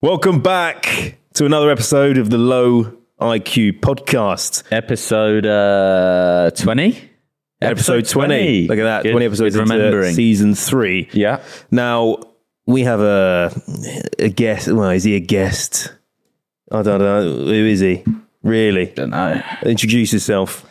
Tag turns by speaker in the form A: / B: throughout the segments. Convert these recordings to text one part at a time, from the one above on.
A: Welcome back to another episode of the Low IQ podcast.
B: Episode uh, 20?
A: Episode, 20. Look at that.
B: Good-
A: 20 episodes
B: good
A: into
B: remembering.
A: season three.
B: Yeah.
A: Now, we have a, a guest. Well, is he a guest? I don't know. Who is he? Really?
B: Don't know.
A: Introduce yourself.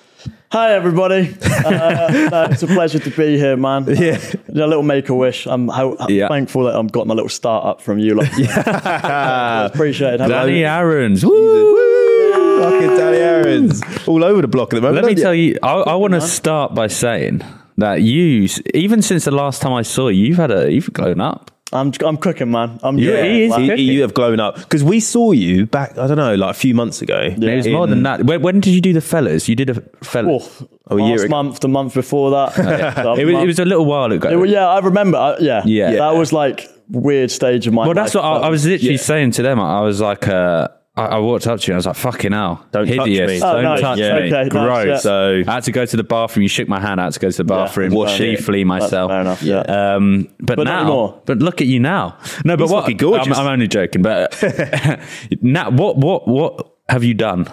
C: Hi everybody. Uh, no, it's a pleasure to be here, man. Uh,
A: Yeah.
C: A little make a wish. I'm how, I'm
B: Yeah.
C: thankful that I've got my little start up from you. Like,
B: Ah.
C: appreciate it.
B: Danny
C: Hello.
B: Aaron's. Woo!
A: Fucking Danny Aaron's. All over the block at the moment.
B: Let me
A: aren't
B: tell you, I, I want to start by saying that you, s- even since the last time I saw you, you've had a, you've grown up.
C: I'm I'm cooking, man. I'm
B: Yeah,
C: doing
B: he
C: it,
B: is
C: like-
A: You-
B: cooking.
A: you have grown up because we saw you back. I don't know, like a few months ago.
B: It was more than that. When, when did you do the fellas? You did a fellas.
C: Oof.
A: a year
C: last
A: ago.
C: month, the month before that. The other
B: It was,
C: month.
B: it was a little while ago.
C: It was- yeah, I remember. I, yeah.
B: Yeah.
C: That was like weird stage of my
B: Well, that's
C: life.
B: what I, I was literally saying to them. I was like, uh, I, I walked up to you. and I was like, "Fucking hell,
A: Don't touch
B: hideous!
A: me.
B: Don't
C: Oh, nice.
B: touch
C: Yeah.
B: me!
C: Okay, nice,
B: Gross!"
C: yeah.
A: So-
B: I had to go to the bathroom. You shook my hand. I had to go to the bathroom.
A: Wash it.
B: Chiefly myself.
C: fair enough, yeah.
B: Um, but,
C: But not anymore.
B: now, but look at you now. No, but
A: He's
B: what?
A: fucking gorgeous.
B: I'm, I'm only joking. But now, what, what, what have you done?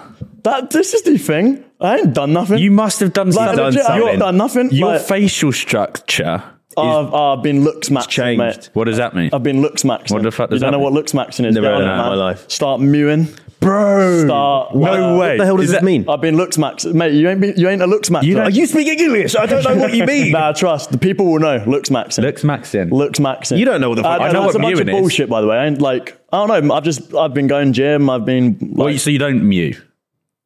C: That this is the thing. I ain't done nothing.
B: You must have done
C: like,
B: something.
C: legit, I've
A: something.
C: not done nothing.
B: Your
C: Like,
B: facial structure.
C: I've, I've been looks matched,
A: changed.
C: mate.
B: What does that mean?
C: I've been looks maxing.
B: What the fuck
C: You
B: does
C: don't
B: that
C: know what
B: mean?
C: looks maxing is.
A: Never
C: Get
A: heard of
C: on it,
A: that in my
C: man.
A: life.
C: Start mewing.
A: bro.
C: Start.
B: No way.
A: What the hell does
B: Is
A: this
B: that-
A: mean?
C: I've been looks maxed, mate. You ain't be, you ain't a looks maxer.
B: don't- Are
A: you speaking English? I don't know what you mean.
C: Nah, trust. The people will know. Looks maxing.
B: Looks maxing.
C: Looks maxing.
A: You don't know what the fuck- I
B: know
C: that's
B: what
C: a bunch of
B: mewing is.
C: bullshit, by the way. I ain't like I don't know. I've just I've been going gym. I've been. Like,
B: Well, you- so you don't mew.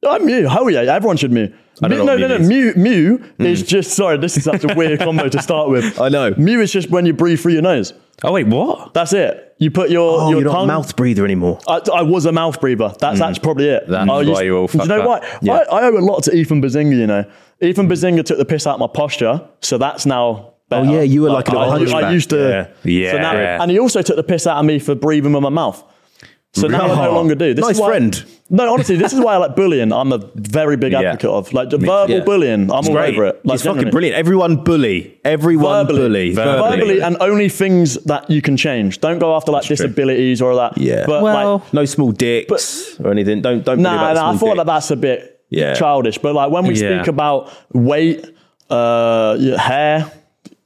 C: I mew. Hell yeah. Everyone should mew.
A: I don't
C: Mew-
A: know
C: No,
A: what
C: no, no.
A: mew
C: Mew, mew is just. Sorry, this is such a weird combo to start with.
A: I know.
C: Mew is just when you breathe through your nose.
B: Oh wait, what?
C: That's it. You put your
A: Oh,
C: your
A: you're not a
C: tongue
A: mouth breather anymore.
C: I, I was a mouth breather. That's actually probably it.
B: Mm. That's
C: I
B: why
C: used-
B: you're all
C: Do you know
B: fucked
C: what?
B: up.
C: I, I owe a lot to Ethan Bazinga, you know. Ethan Bazinga took the piss out of my posture, so that's
B: Oh,
C: now. Better.
A: yeah, you were like a little
C: I, I,
A: hunchback.
C: I used to.
B: Yeah.
C: So now,
B: Yeah.
C: and he also took the piss out of me for breathing with my mouth. So now I no
A: Really?
C: longer do. This
A: Nice
C: is why,
A: friend.
C: No, honestly, this is why I like bullying. I'm a very big
B: Yeah.
C: advocate of like the
B: Me too.
C: verbal
B: Yeah.
C: bullying. I'm all over it. Like,
A: He's fucking
C: generally.
A: brilliant. Everyone bully. Everyone bully.
C: Verbally.
B: Verbally.
C: Verbally, and only things that you can change. Don't go after like disabilities or that.
A: Yeah.
C: But
B: Well-
C: like,
A: No small dicks or anything. Don't don't. bully
C: Nah,
A: about
C: nah I
A: small
C: thought
A: dicks.
C: that that's a bit
A: Yeah.
C: childish. But like when we
B: Yeah.
C: speak about weight, uh, your hair,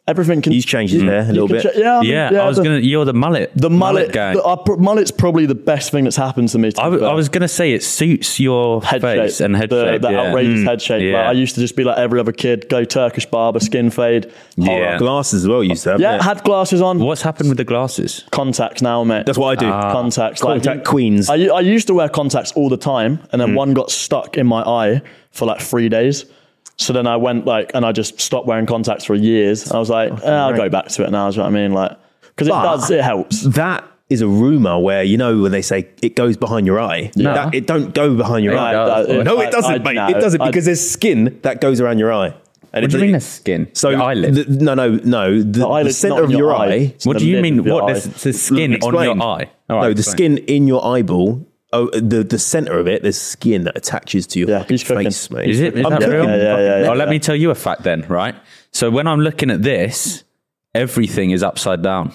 C: everything can.
A: He's changed his hair a
C: you
A: little
C: can
A: bit.
C: cha- Um, yeah, I mean,
B: Yeah, I was
C: the,
B: gonna. You're the mullet.
C: The mullet,
B: gang.
C: the, I pr- mullet's probably the best thing that's happened to me. To
B: I,
C: be
B: w- I
C: fair.
B: was gonna say it suits your
C: head
B: face
C: shape,
B: and head
C: the,
B: shape.
C: the
B: yeah. Hmm.
C: outrageous head shape. Like,
B: yeah.
C: I used to just be like every other kid, go Turkish barber, skin fade.
A: Oh,
B: Yeah.
A: Glasses as well. Used to have.
C: Yeah,
A: yeah.
C: had glasses on.
B: What's happened with the glasses?
C: contacts now, mate?
A: That's what I do.
B: Ah.
C: contacts. like,
A: Contact
C: you-
A: queens. Mm.
C: I, I used to wear contacts all the time, and then one got stuck in my eye for like three days. So then I went like, and I just stopped wearing contacts for years. I was like, eh, I'll go back to it now. Is what I mean, like, because it
A: But-
C: does, it helps.
A: that is a rumor where you know when they say it goes behind your eye.
B: Yeah.
A: That, it don't go behind your
B: It
A: eye.
B: does.
C: that-
A: No,
C: I-
A: it doesn't,
C: I-
A: mate.
C: no,
A: it doesn't
C: I-
A: because there's skin that goes around your eye. And
B: What
A: it
B: do you
A: doesn't-
B: mean the skin?
A: So
B: the eyelid.
A: the- no, no, no. The, the,
C: eyelid's
A: center
C: not
A: of
C: in
A: your,
C: your
A: eye.
C: eye. It's
B: what
C: the
B: do you
C: lid
B: mean?
C: of your
B: What
C: eye.
B: there's the skin on
A: Explain.
B: your eye?
A: no,
B: All right,
A: the
B: explain.
A: skin in your eyeball. Oh, the the center of it. There's skin that attaches to your
C: Yeah,
A: fucking
C: he's cooking.
A: face, mate.
B: Is it? Is
A: I'm
B: that
A: cooking.
B: real?
C: Yeah, yeah, yeah, yeah.
B: Oh, let me tell you a fact then. Right. So when I'm looking at this, everything is upside down.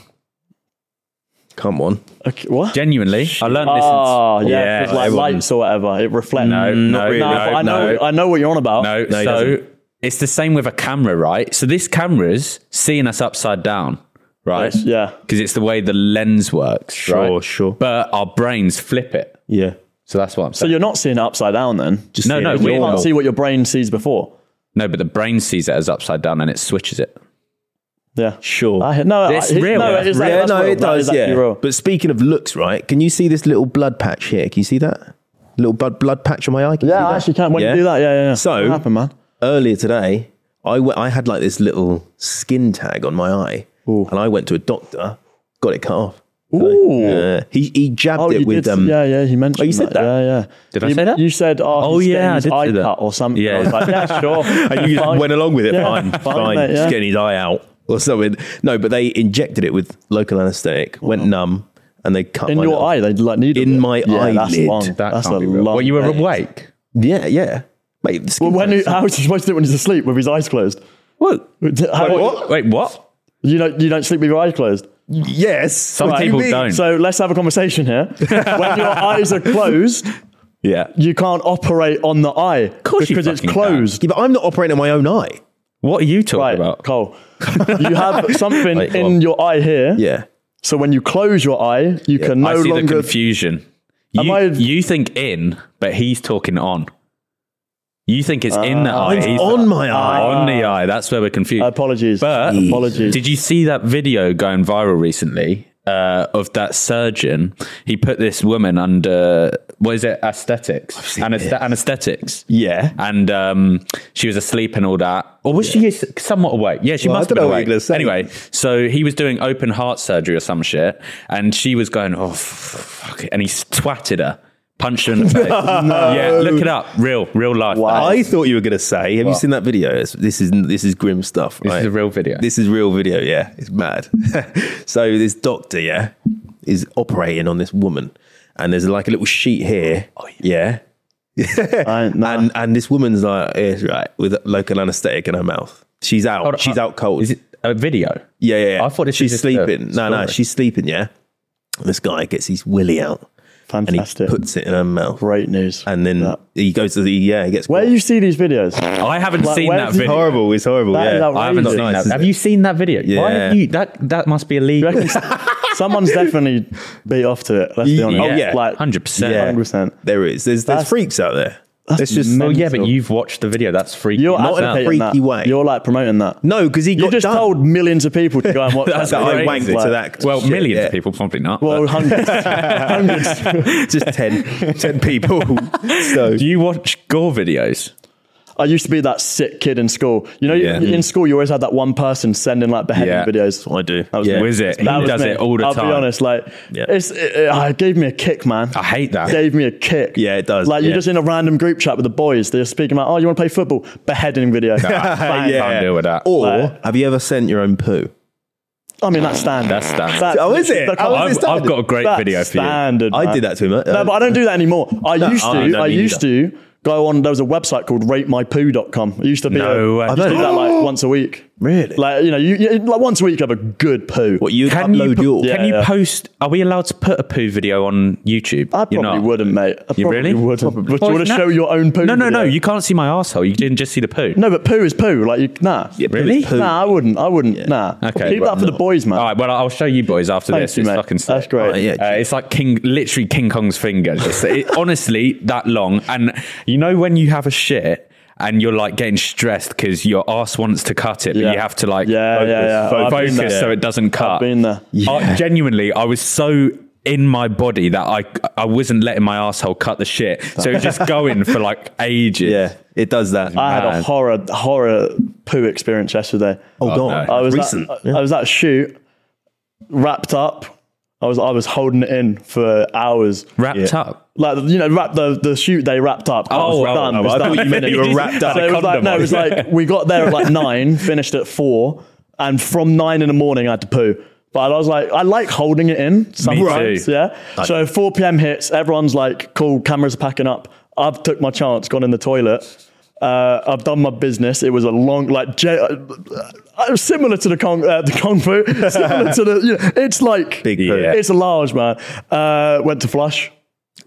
A: Come on.
C: Okay, what?
B: Genuinely, I learned this.
C: Oh,
B: since-
C: yeah, it's like
A: everyone-
C: lights or whatever. It reflects.
B: No,
A: not
B: Mm, no,
A: really.
B: no,
C: Nah, I know,
A: no.
C: I know what you're on about.
B: No,
A: No, he
B: so
A: doesn't.
B: it's the same with a camera, right? So this camera's seeing us upside down, right?
C: Yes, yeah.
B: Because it's the way the lens works.
A: Sure,
B: right?
A: sure.
B: But our brains flip it.
A: Yeah.
B: So that's what I'm
C: So
B: saying.
C: you're not seeing it upside down then. Just
B: no, no,
A: it's
B: we
C: you
A: normal.
C: can't see what your brain sees before.
B: no, but the brain sees it as upside down and it switches it.
C: Yeah.
A: Sure.
C: I, no,
B: It's
C: I,
B: real.
C: No, it is,
A: yeah,
C: that's
A: no,
C: real.
A: it
C: That
A: does.
C: is actually
A: Yeah.
C: real.
A: But speaking of looks, right? Can you see this little blood patch here? Can you see that? Little blood blood patch on my eye. Can you see
C: Yeah,
A: that?
C: I actually can't. When
A: Yeah?
C: you do that, yeah, yeah. yeah.
A: So-
C: what happened, man?
A: earlier today, I went, I had like this little skin tag on my eye, and I went to a doctor, got it cut off.
C: Ooh.
A: Uh, he he jabbed
C: Oh,
A: it
C: you
A: with
C: did.
A: um.
C: yeah, yeah. He mentioned.
A: you said that?
C: Yeah, yeah.
B: Did I
C: you,
B: say that?
C: You said, "Oh,
B: Oh,
C: he's
B: yeah,
C: getting
B: I
C: his
B: did
C: eye
B: say that.
C: cut or something."
B: Yeah.
C: I was like, "Yeah, sure."
A: And you just
C: Fine.
A: went along with it.
C: Yeah,
A: fine, fine.
C: mate,
A: Just
C: yeah.
A: getting his eye out or something. No, but they injected it with local anesthetic. Went numb, and they cut
C: in
A: my
C: your
A: little-
C: eye. They like needed
A: In
C: it.
A: my
C: yeah, That's
A: eyelid.
C: long.
B: That
C: that's
B: can't
C: a
B: be real.
C: long.
B: Well, you were
C: way.
B: awake.
A: Yeah, yeah. Mate, the
C: Well,
A: skin
C: when?
A: tone-
C: He, how was he supposed to do it when he's asleep with his eyes closed?
B: What?
C: How-
B: Wait, what? Wait, what?
C: You don't. You don't sleep with your eyes closed.
A: yes, some
B: people don't.
C: So let's have a conversation here. when your eyes are closed,
A: Yeah.
C: you can't operate on the eye
B: course you
C: because it's
B: fucking
C: closed.
A: Yeah, but I'm not operating on my own eye.
B: What are you talking
C: Right,
B: about?
C: Cole. You have something
A: Wait, go
C: in
A: on.
C: your eye here.
A: Yeah.
C: So when you close your eye, you can no
B: I see the
C: longer.
B: confusion.
C: Am
B: You,
C: I-
B: you think in, but he's talking on. You think it's in the
C: Ah.
B: eye.
A: Mine's
B: he's
A: on my eye.
B: on the eye. That's where we're confused.
C: Apologies.
B: But-
C: apologies.
B: Did you see that video going viral recently uh, of that surgeon? He put this woman under what is it? Aesthetics, Anesthe- anesthetics.
A: Yeah.
B: and um, she was asleep and all that. Or was she s- somewhat awake? Yeah, she
A: Well, I
B: must
A: don't
B: have been
A: know what you're
B: awake.
A: gonna say.
B: Anyway, so he was doing open heart surgery or some shit, and she was going, "Oh, f- fuck it," and he twatted her, punched her in the face. Yeah, look it up, real, real life.
C: Wow.
B: That
A: I thought you were going to say, have you seen that video? It's- this is this is grim stuff.
B: This
A: right?
B: is a real video.
A: This is real video. Yeah, it's mad. so this doctor, yeah, is operating on this woman, and there's like a little sheet here. yeah.
C: I- nah.
A: And and this woman's like, it's right with local anaesthetic in her mouth. She's out.
B: Hold on,
A: she's
B: uh,
A: out cold.
B: Is it a video?
A: Yeah, yeah. yeah.
B: I thought this
A: she's
B: was just a
A: sleeping. No, no,
B: story.
A: she's sleeping. Yeah. And this guy gets his willy out
C: Fantastic.
A: and he puts it in her mouth,
C: Great news.
A: and then
C: That-
A: he goes to the yeah. He gets
C: where you see these videos?
B: I haven't
C: Like,
B: seen
C: where
B: that
C: did-
B: video.
A: horrible. It's horrible.
C: That is
A: yeah.
C: outrageous.
B: I haven't
C: Not
B: seen
A: nice,
B: that.
A: is
B: Have
A: it?
B: you seen that video? Why
A: Yeah.
B: have you? That that must be illegal.
C: You reckon s- Someone's definitely beat off to it. Let's be honest.
A: Oh, yeah.
C: like
B: hundred percent.
A: Yeah.
C: 100%.
A: There is. There's there's
C: That's-
A: freaks out there. It's just
B: Well, yeah,
C: mental.
B: but you've watched the video. That's freaky.
C: You're
B: Not
A: a
C: advocating
A: freaky
C: that.
A: way.
C: You're like promoting that.
A: no, because he
C: you
A: got
C: just
A: done.
C: told millions of people to go and watch
B: That's
C: that.
A: that I
B: crazy.
A: wanked to that.
B: Well,
A: shit,
B: millions
A: yeah.
B: of people probably not.
C: Well, hundreds.
A: just 10, 10 people. so
B: do you watch gore videos?
C: I used to be that sick kid in school. You know,
A: Yeah.
C: in school, you always had that one person sending like beheading
B: Yeah.
C: videos.
A: I do.
C: That was
A: Yeah.
C: me.
B: Was it? He
C: That was
B: does
C: me.
B: it all the
C: I'll
B: time.
C: be honest, like
A: Yeah.
C: it's it, it, ah, it gave me a kick, man.
B: I hate that.
C: Gave me a kick.
A: Ah. Yeah, it does.
C: Like you're
A: Yeah.
C: just in a random group chat with the boys. They're speaking about, oh, you want to play football? Beheading video. Bang.
A: yeah.
B: Can't deal with that.
A: Or
C: Like-
A: have you ever sent your own poo?
C: I mean that's standard.
B: That's standard.
A: Oh, is it?
C: that's-
A: How is it
B: I've, I've
A: standard?
B: got a great
C: that's
B: video for you.
C: standard,
A: I
C: man.
A: did that to him. uh,
C: No, but I don't do that anymore. I used to.
A: I
C: I,
A: don't mean
C: used to go on. There was a website called RateMyPoo.com. It used to be.
B: No
C: a-
B: way.
C: I used to do that like once a week.
A: Really?
C: Like you know, you, you like once a week you have a good poo.
A: What you
B: Can you,
A: upload
B: po-
A: your?
B: can
C: Yeah,
B: you
C: yeah.
B: post? Are we allowed to put a poo video on YouTube?
C: I
B: You're
C: probably
B: not.
C: wouldn't, mate. I
B: You
C: probably
B: really
C: wouldn't. But you
B: Well,
C: want to
B: no-
C: show your own poo?
B: No, no, no.
C: video?
B: You can't see my asshole. You didn't just see the poo.
C: No, but poo is poo. Like you, nah.
B: Really?
A: poo.
C: Nah, I wouldn't. I wouldn't. Nah.
B: Okay.
C: Keep that for the boys, man.
B: All right. Well, I'll show you boys after
C: Thank
B: this.
C: you,
B: it's
C: mate.
B: fucking sick.
C: That's great.
A: Oh, yeah.
B: Uh, it's like King, literally King Kong's finger. Just, it, honestly, that long. And you know when you have a shit and you're like getting stressed because your ass wants to cut it,
C: Yeah.
B: but you have to like
C: Yeah,
B: focus,
C: yeah, yeah.
B: fo-
C: I've been
B: focus
C: there.
B: so it doesn't cut.
C: been there.
B: I, genuinely, I was so in my body that I I wasn't letting my asshole cut the shit, so it was just going for like ages.
A: Yeah, it does that.
C: I had a
B: Man.
C: horror horror poo experience yesterday.
A: oh, God.
B: no.
C: I was
A: Recent.
C: At, I was at a shoot, wrapped up. I was I was holding it in for hours.
B: Wrapped up.
C: Like you know, wrap the, the shoot they wrapped up.
B: Oh,
C: it was
B: oh,
C: done.
B: oh,
C: it was
B: I
C: done.
B: thought you meant you were wrapped up.
C: So it was like,
B: Condom
C: no, it was
B: on.
C: like we got there at like nine, finished at four, and from nine in the morning I had to poo. But I was like, I like holding it in sometimes.
B: too.
C: Yeah. So 4 p.m. hits, everyone's like, cool, cameras packing up. I've took my chance, gone in the toilet. Uh, I've done my business. It was a long, like, j- uh, uh, similar to the Kung, uh, the Kung Fu, similar to the, you know, it's like,
A: Big poo.
B: Yeah.
C: it's a large, man. Uh, went to flush.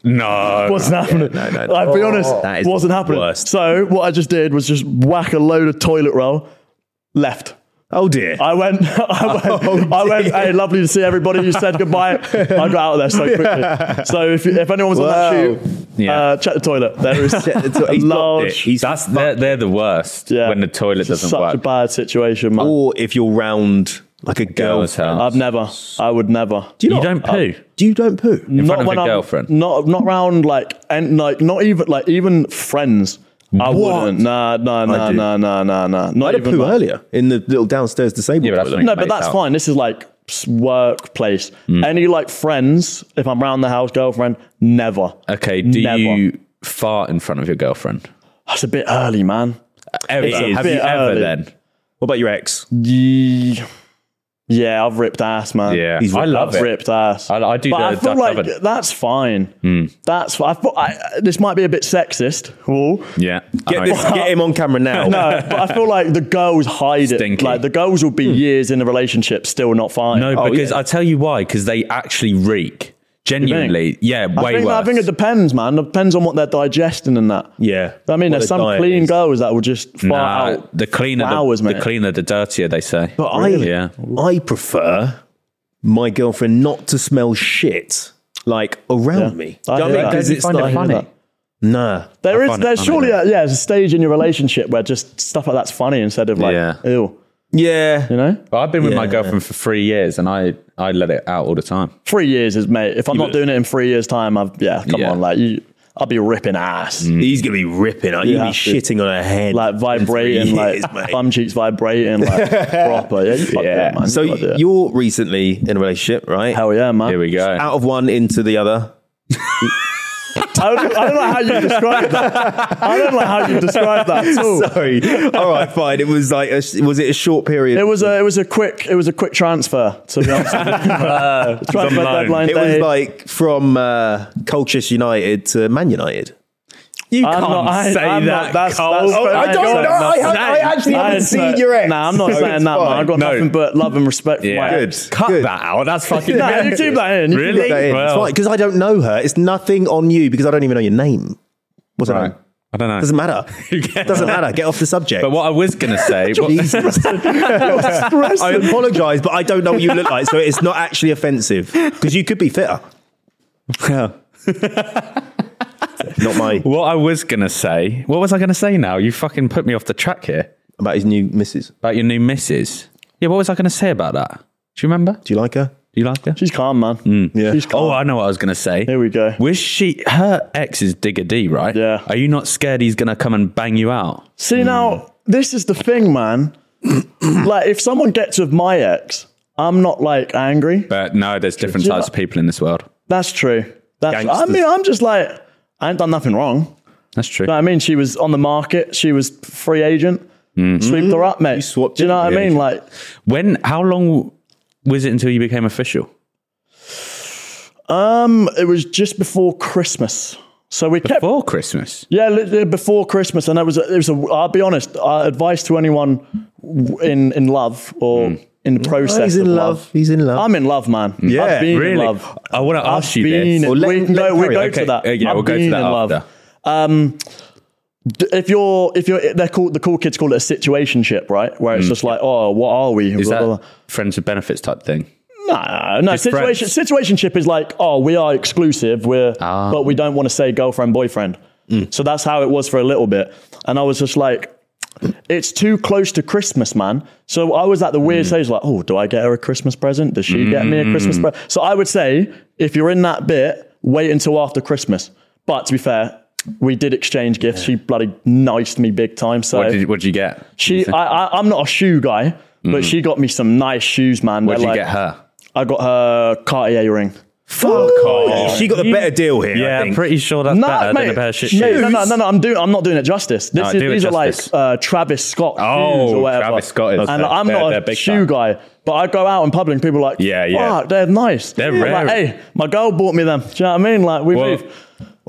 B: No.
C: Wasn't happening.
A: no, no, no.
C: I'll be honest,
A: That is
C: wasn't happening.
A: worst.
C: So what I just did was just whack a load of toilet roll, left.
A: Oh, dear.
C: I went, I
A: Oh,
C: went, I went, hey, lovely to see everybody. You said goodbye. I got out of there so quickly. So if, if anyone was on that shoot,
B: Yeah.
C: uh, check the toilet. There is
A: Check the toilet.
C: a
A: He's blocked
C: large,
A: it. He's
B: That's they're, they're the worst
C: yeah.
B: when the toilet
C: It's just
B: doesn't
C: such
B: work.
C: a bad situation, man.
A: or if you're round like a girl.
B: Girl's house.
C: I've never, I would never.
A: Do
B: you
A: not-
B: don't poo.
A: Do you don't poo?
B: in front
C: Not
B: of
C: when
B: a
C: I'm-
B: girlfriend.
C: Not not round like and like not even like even friends. I
A: What?
C: wouldn't. Nah, nah, nah,
A: do.
C: nah, nah, nah, nah.
A: I had
C: Not
A: a
C: even.
A: poo
C: like-
A: earlier in the little downstairs disabled
B: Yeah, but that's
A: toilet.
B: something-
C: no, but
B: Mates
C: that's
B: out. Mm.
C: fine. This is like s- workplace, any like friends, if I'm around the house, girlfriend, never.
B: Okay, do
C: Never.
B: you fart in front of your girlfriend?
C: That's a bit early, man.
B: Ever?
A: It is.
B: Have you
C: Bit
B: ever
C: early.
B: then?
A: What about your ex?
C: Ye- Yeah, I've ripped ass, man.
B: Yeah.
A: He's
B: I
A: ripped
B: love
C: I've
B: it.
C: ripped ass.
B: I- I do
C: but
B: the
C: I feel
B: duck
C: like
B: oven. Mm.
C: that's fine. That's fi- I thought I, this might be a bit sexist. Ooh.
B: Yeah. I
A: Get,
B: know
A: this,
B: it's-
A: get him on camera now.
C: No, but I feel like the girls hide it.
B: Stinky. Mm.
C: Like the girls will be years in a relationship still not fine.
B: No, because I tell you why, because they actually reek. Genuinely. Yeah, way
C: I think,
B: worse.
C: I think it depends, man. It depends on what they're digesting and that.
A: Yeah.
C: I mean,
A: What
C: there's
A: their
C: some
A: diet
C: clean
A: is.
C: girls that will just fart
B: Nah,
C: out.
B: the cleaner,
C: for
B: the,
C: hours,
B: the
C: mate.
B: cleaner, the dirtier. They say.
A: But
B: Really?
A: I,
B: yeah.
A: I prefer my girlfriend not to smell shit like around me.
C: I
A: Do you know what I
C: hear
A: mean?
C: that.
A: 'Cause
C: Does
B: Because
C: it
B: it's
C: find it
B: like,
C: funny?
A: Nah.
C: There
B: I
C: is,
B: find it
C: there's
B: funny,
C: surely,
B: though.
C: a, yeah, there's a stage in your relationship where just stuff like that's funny instead of like,
B: Yeah.
C: ew,
A: Yeah.
C: you know?
B: Well, I've been with my
A: Yeah.
B: girlfriend for three years, and I I let it out all the time.
C: Three years is, mate, if I'm not
B: would-
C: doing it in three years' time, I've, yeah, come
B: Yeah.
C: on, like, you, I'll be ripping ass.
A: He's going to be ripping. Like,
C: You
A: You'll be
C: have to.
A: shitting on her head.
C: Like vibrating,
A: years,
C: like
A: mate.
C: bum cheeks vibrating, like proper. Yeah, you fuck yeah. man.
A: so
C: You fuck it.
A: you're recently in a relationship, right?
C: hell yeah, man.
B: Here we go.
A: Out of one into the other.
C: I don't, I don't know how you describe that. I don't know how you describe that at all.
A: Sorry. All right, fine. It was like, a, was it a short period?
C: It was a it was a quick it was a quick transfer to be honest. with you. transfer
B: loan.
C: deadline
A: It
C: day.
A: was like from uh, Colchester United to Man United.
B: You
C: I'm not- I- I'm not- that's- that's-
A: Oh, I don't know. I haven't- I actually
C: I
A: haven't
C: ain't
A: seen
C: saying-
A: your ex.
C: Nah, I'm not
A: so
C: saying
A: it's
C: that. Man.
A: fine.
C: I've got
B: No.
C: nothing but love and respect for my
B: Yeah.
C: ex.
A: Good.
B: Cut that out. That's fucking.
C: No, you keep that in. You keep
B: Really?
A: That is.
B: Well.
A: It's fine because I don't know her. It's nothing on you because I don't even know your name. What's her
B: Right.
A: name?
B: I don't know.
A: Doesn't matter. Doesn't matter. Get off the subject.
B: But what I was gonna say. what-
A: Jesus. I apologise, but I don't know what you look like, so it's not actually offensive because you could be fitter. Not my
B: What I was gonna say, what was I gonna say now? You fucking put me off the track here
A: about his new missus.
B: about your new missus. Yeah, what was I gonna say about that? Do you remember?
A: Do you like her?
B: Do you like her?
C: She's calm, man.
A: Yeah.
C: She's calm.
B: Oh, I know what I was going to say.
C: Here we go.
B: Was she her ex is Digger D, right?
C: Yeah.
B: Are you not scared he's going to come and bang you out?
C: See now, this is the thing, man. like if someone gets with my ex, I'm not like angry.
B: But no, there's different
C: Do you
B: types of people in this world.
C: That's true. That's I
A: Gangsters.
C: mean, I'm just like I ain't done nothing wrong.
B: That's true.
C: You know what I mean? She was on the market. She was free agent. Sweeped her up, mate.
A: swapped
C: Do you know what I
A: it.
C: mean? Like,
B: When? How long was it until you became official?
C: um, it was just before Christmas. So we kept,
B: Before Christmas.
C: yeah, li- li- before Christmas, and it was, a, it was. A, I'll be honest. Our advice to anyone w- in in love or
B: Hmm.
C: in the process
A: Oh, He's
C: of
A: in love. He's in love.
C: I'm in love, man.
A: Yeah,
C: I've been
B: really?
C: in love.
B: I wanna
C: I've
B: ask you
C: been
B: this.
C: in-
A: Well, let-
C: we,
A: let
C: no, we
A: carry
C: go
A: on.
C: to that.
B: Uh, yeah,
C: I've
B: we'll go to
C: been
B: that
C: in love.
B: after.
C: D- If you're, if you're, they're called the cool kids call it a situationship, right? Where it's just like, oh, what are we?
B: Hmm. Is
C: Blah, blah,
B: that
C: blah.
B: friends with benefits type thing?
C: No, no.
B: Just
C: Situation, situationship is like, oh, we are exclusive, we're,
B: Ah.
C: but we don't want to say girlfriend, boyfriend.
B: Mm.
C: So that's how it was for a little bit. And I was just like, it's too close to Christmas, man. So I was at the
B: Mm.
C: weird stage, like, oh, do I get her a Christmas present? Does she get me a Christmas
B: Mm.
C: present? So I would say, if you're in that bit, wait until after Christmas. But to be fair, we did exchange gifts. She bloody niced me big time. So
B: What did, what did you get?
C: she, I, I, I'm not a shoe guy, but she got me some nice shoes, man.
B: What
C: They're
B: did you
C: like-
B: get her?
C: I got her Cartier ring.
A: Fuck
B: Oh,
A: off. She got the better deal here. I
B: Yeah, I'm
A: think.
B: pretty sure that's
C: uh,
B: better than a pair of shit
C: mate,
B: shoes.
C: no, no, no, no, I'm doing. I'm not doing it justice. This
B: No,
C: is,
B: do it
C: these
B: justice.
C: are like uh, Travis Scott
B: Oh,
C: shoes or whatever.
B: Travis Scott is-
C: and
B: they're-
C: I'm
B: they're-
C: not
B: they're
C: a
B: big
C: shoe guy, but I go out in public and people are like,
B: Yeah, yeah.
C: "Fuck, they're nice.
B: They're
C: I'm
B: rare.
C: Like, hey, my girl bought me them. Do you know what I mean? Like we
B: Well,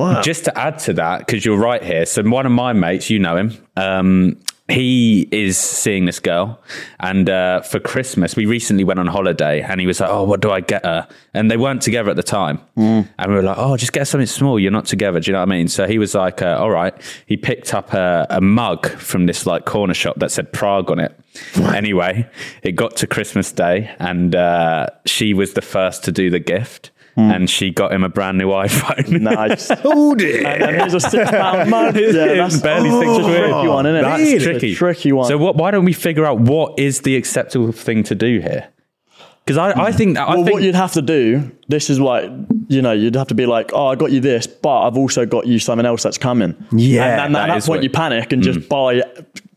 C: moved.
B: Just to add to that, because you're right here. So one of my mates, you know him, um, he is seeing this girl, and uh, for Christmas we recently went on holiday, and he was like, "Oh, what do I get her?" And they weren't together at the time, and we were like, "Oh, just get her something small. You're not together." Do you know what I mean? So he was like, uh, "All right." He picked up a, a mug from this like corner shop that said Prague on it. anyway, it got to Christmas Day, and uh, she was the first to do the gift. And she got him a brand new iPhone.
C: Nice.
A: Oh dear.
C: and then here's a six pound mug. Yeah,
B: It's
C: that's
B: barely six
C: it's a
B: quid.
C: tricky one, isn't it?
B: That's
C: It's a
B: tricky.
C: tricky one.
B: So what, why don't we figure out what is the acceptable thing to do here? Because I, I think that I
C: well,
B: think
C: what you'd have to do, this is like, you know, you'd have to be like, oh, I got you this, but I've also got you something else that's coming.
A: Yeah,
C: And then
B: that
C: at that
B: is
C: point,
B: what-
C: you panic and just buy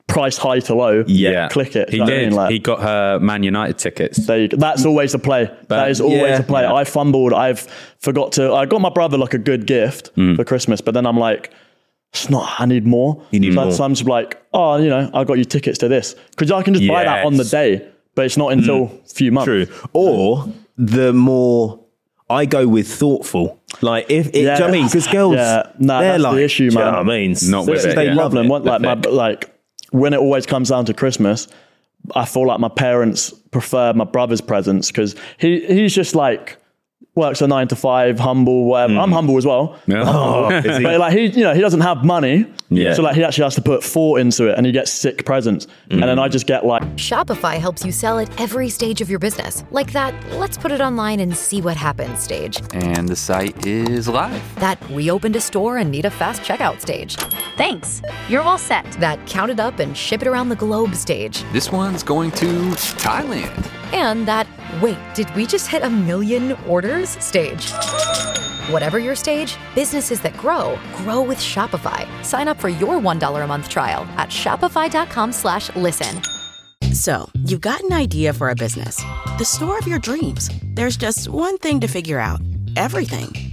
C: price high to low. click it.
B: Mm. He
C: Do you know what I
B: did.
C: mean? Like-
B: he got her Man United tickets.
C: There you go. That's always the play. that is always
A: yeah,
C: the play.
B: yeah.
C: I fumbled. I've forgot to. I got my brother like a good gift
B: Mm.
C: for Christmas, but then I'm like, it's not. I need more. You
A: need
C: so
A: more.
C: So I'm just like, oh, you know, I got you tickets to this because I can just buy that on the
B: Yes. Mm.
C: day, but it's not until a few months.
A: True. Or the more I go with thoughtful. Like if it, do you know what I mean? Because girls,
C: Yeah. Nah,
A: they're
C: that's the
A: like,
C: issue,
A: do you know
C: man.
A: what I mean?
B: Not with
A: They
B: it, yeah.
A: love
C: problem.
A: it.
C: What, like my like when it always comes down to Christmas, I feel like my parents prefer my brother's presents because he he's just like works a nine to five, humble, whatever. I'm humble as well.
B: Hmm. Oh,
A: is he?
C: But like he, you know, he doesn't have money,
B: Yeah. Hmm.
C: so like he actually has to put thought into it, and he gets sick presents, and then I just get like
D: Shopify helps you sell at every stage of your business. Like that, let's put it online and see what happens stage.
E: And the site is live.
D: That we opened a store and need a fast checkout stage.
F: Thanks. You're all set.
D: That count it up and ship it around the globe stage.
E: This one's going to Thailand.
D: And that, wait, did we just hit a million orders stage? Whatever your stage, businesses that grow, grow with Shopify. Sign up for your $1 a month trial at shopify.com slash listen.
G: So, you've got an idea for a business, the store of your dreams. There's just one thing to figure out everything.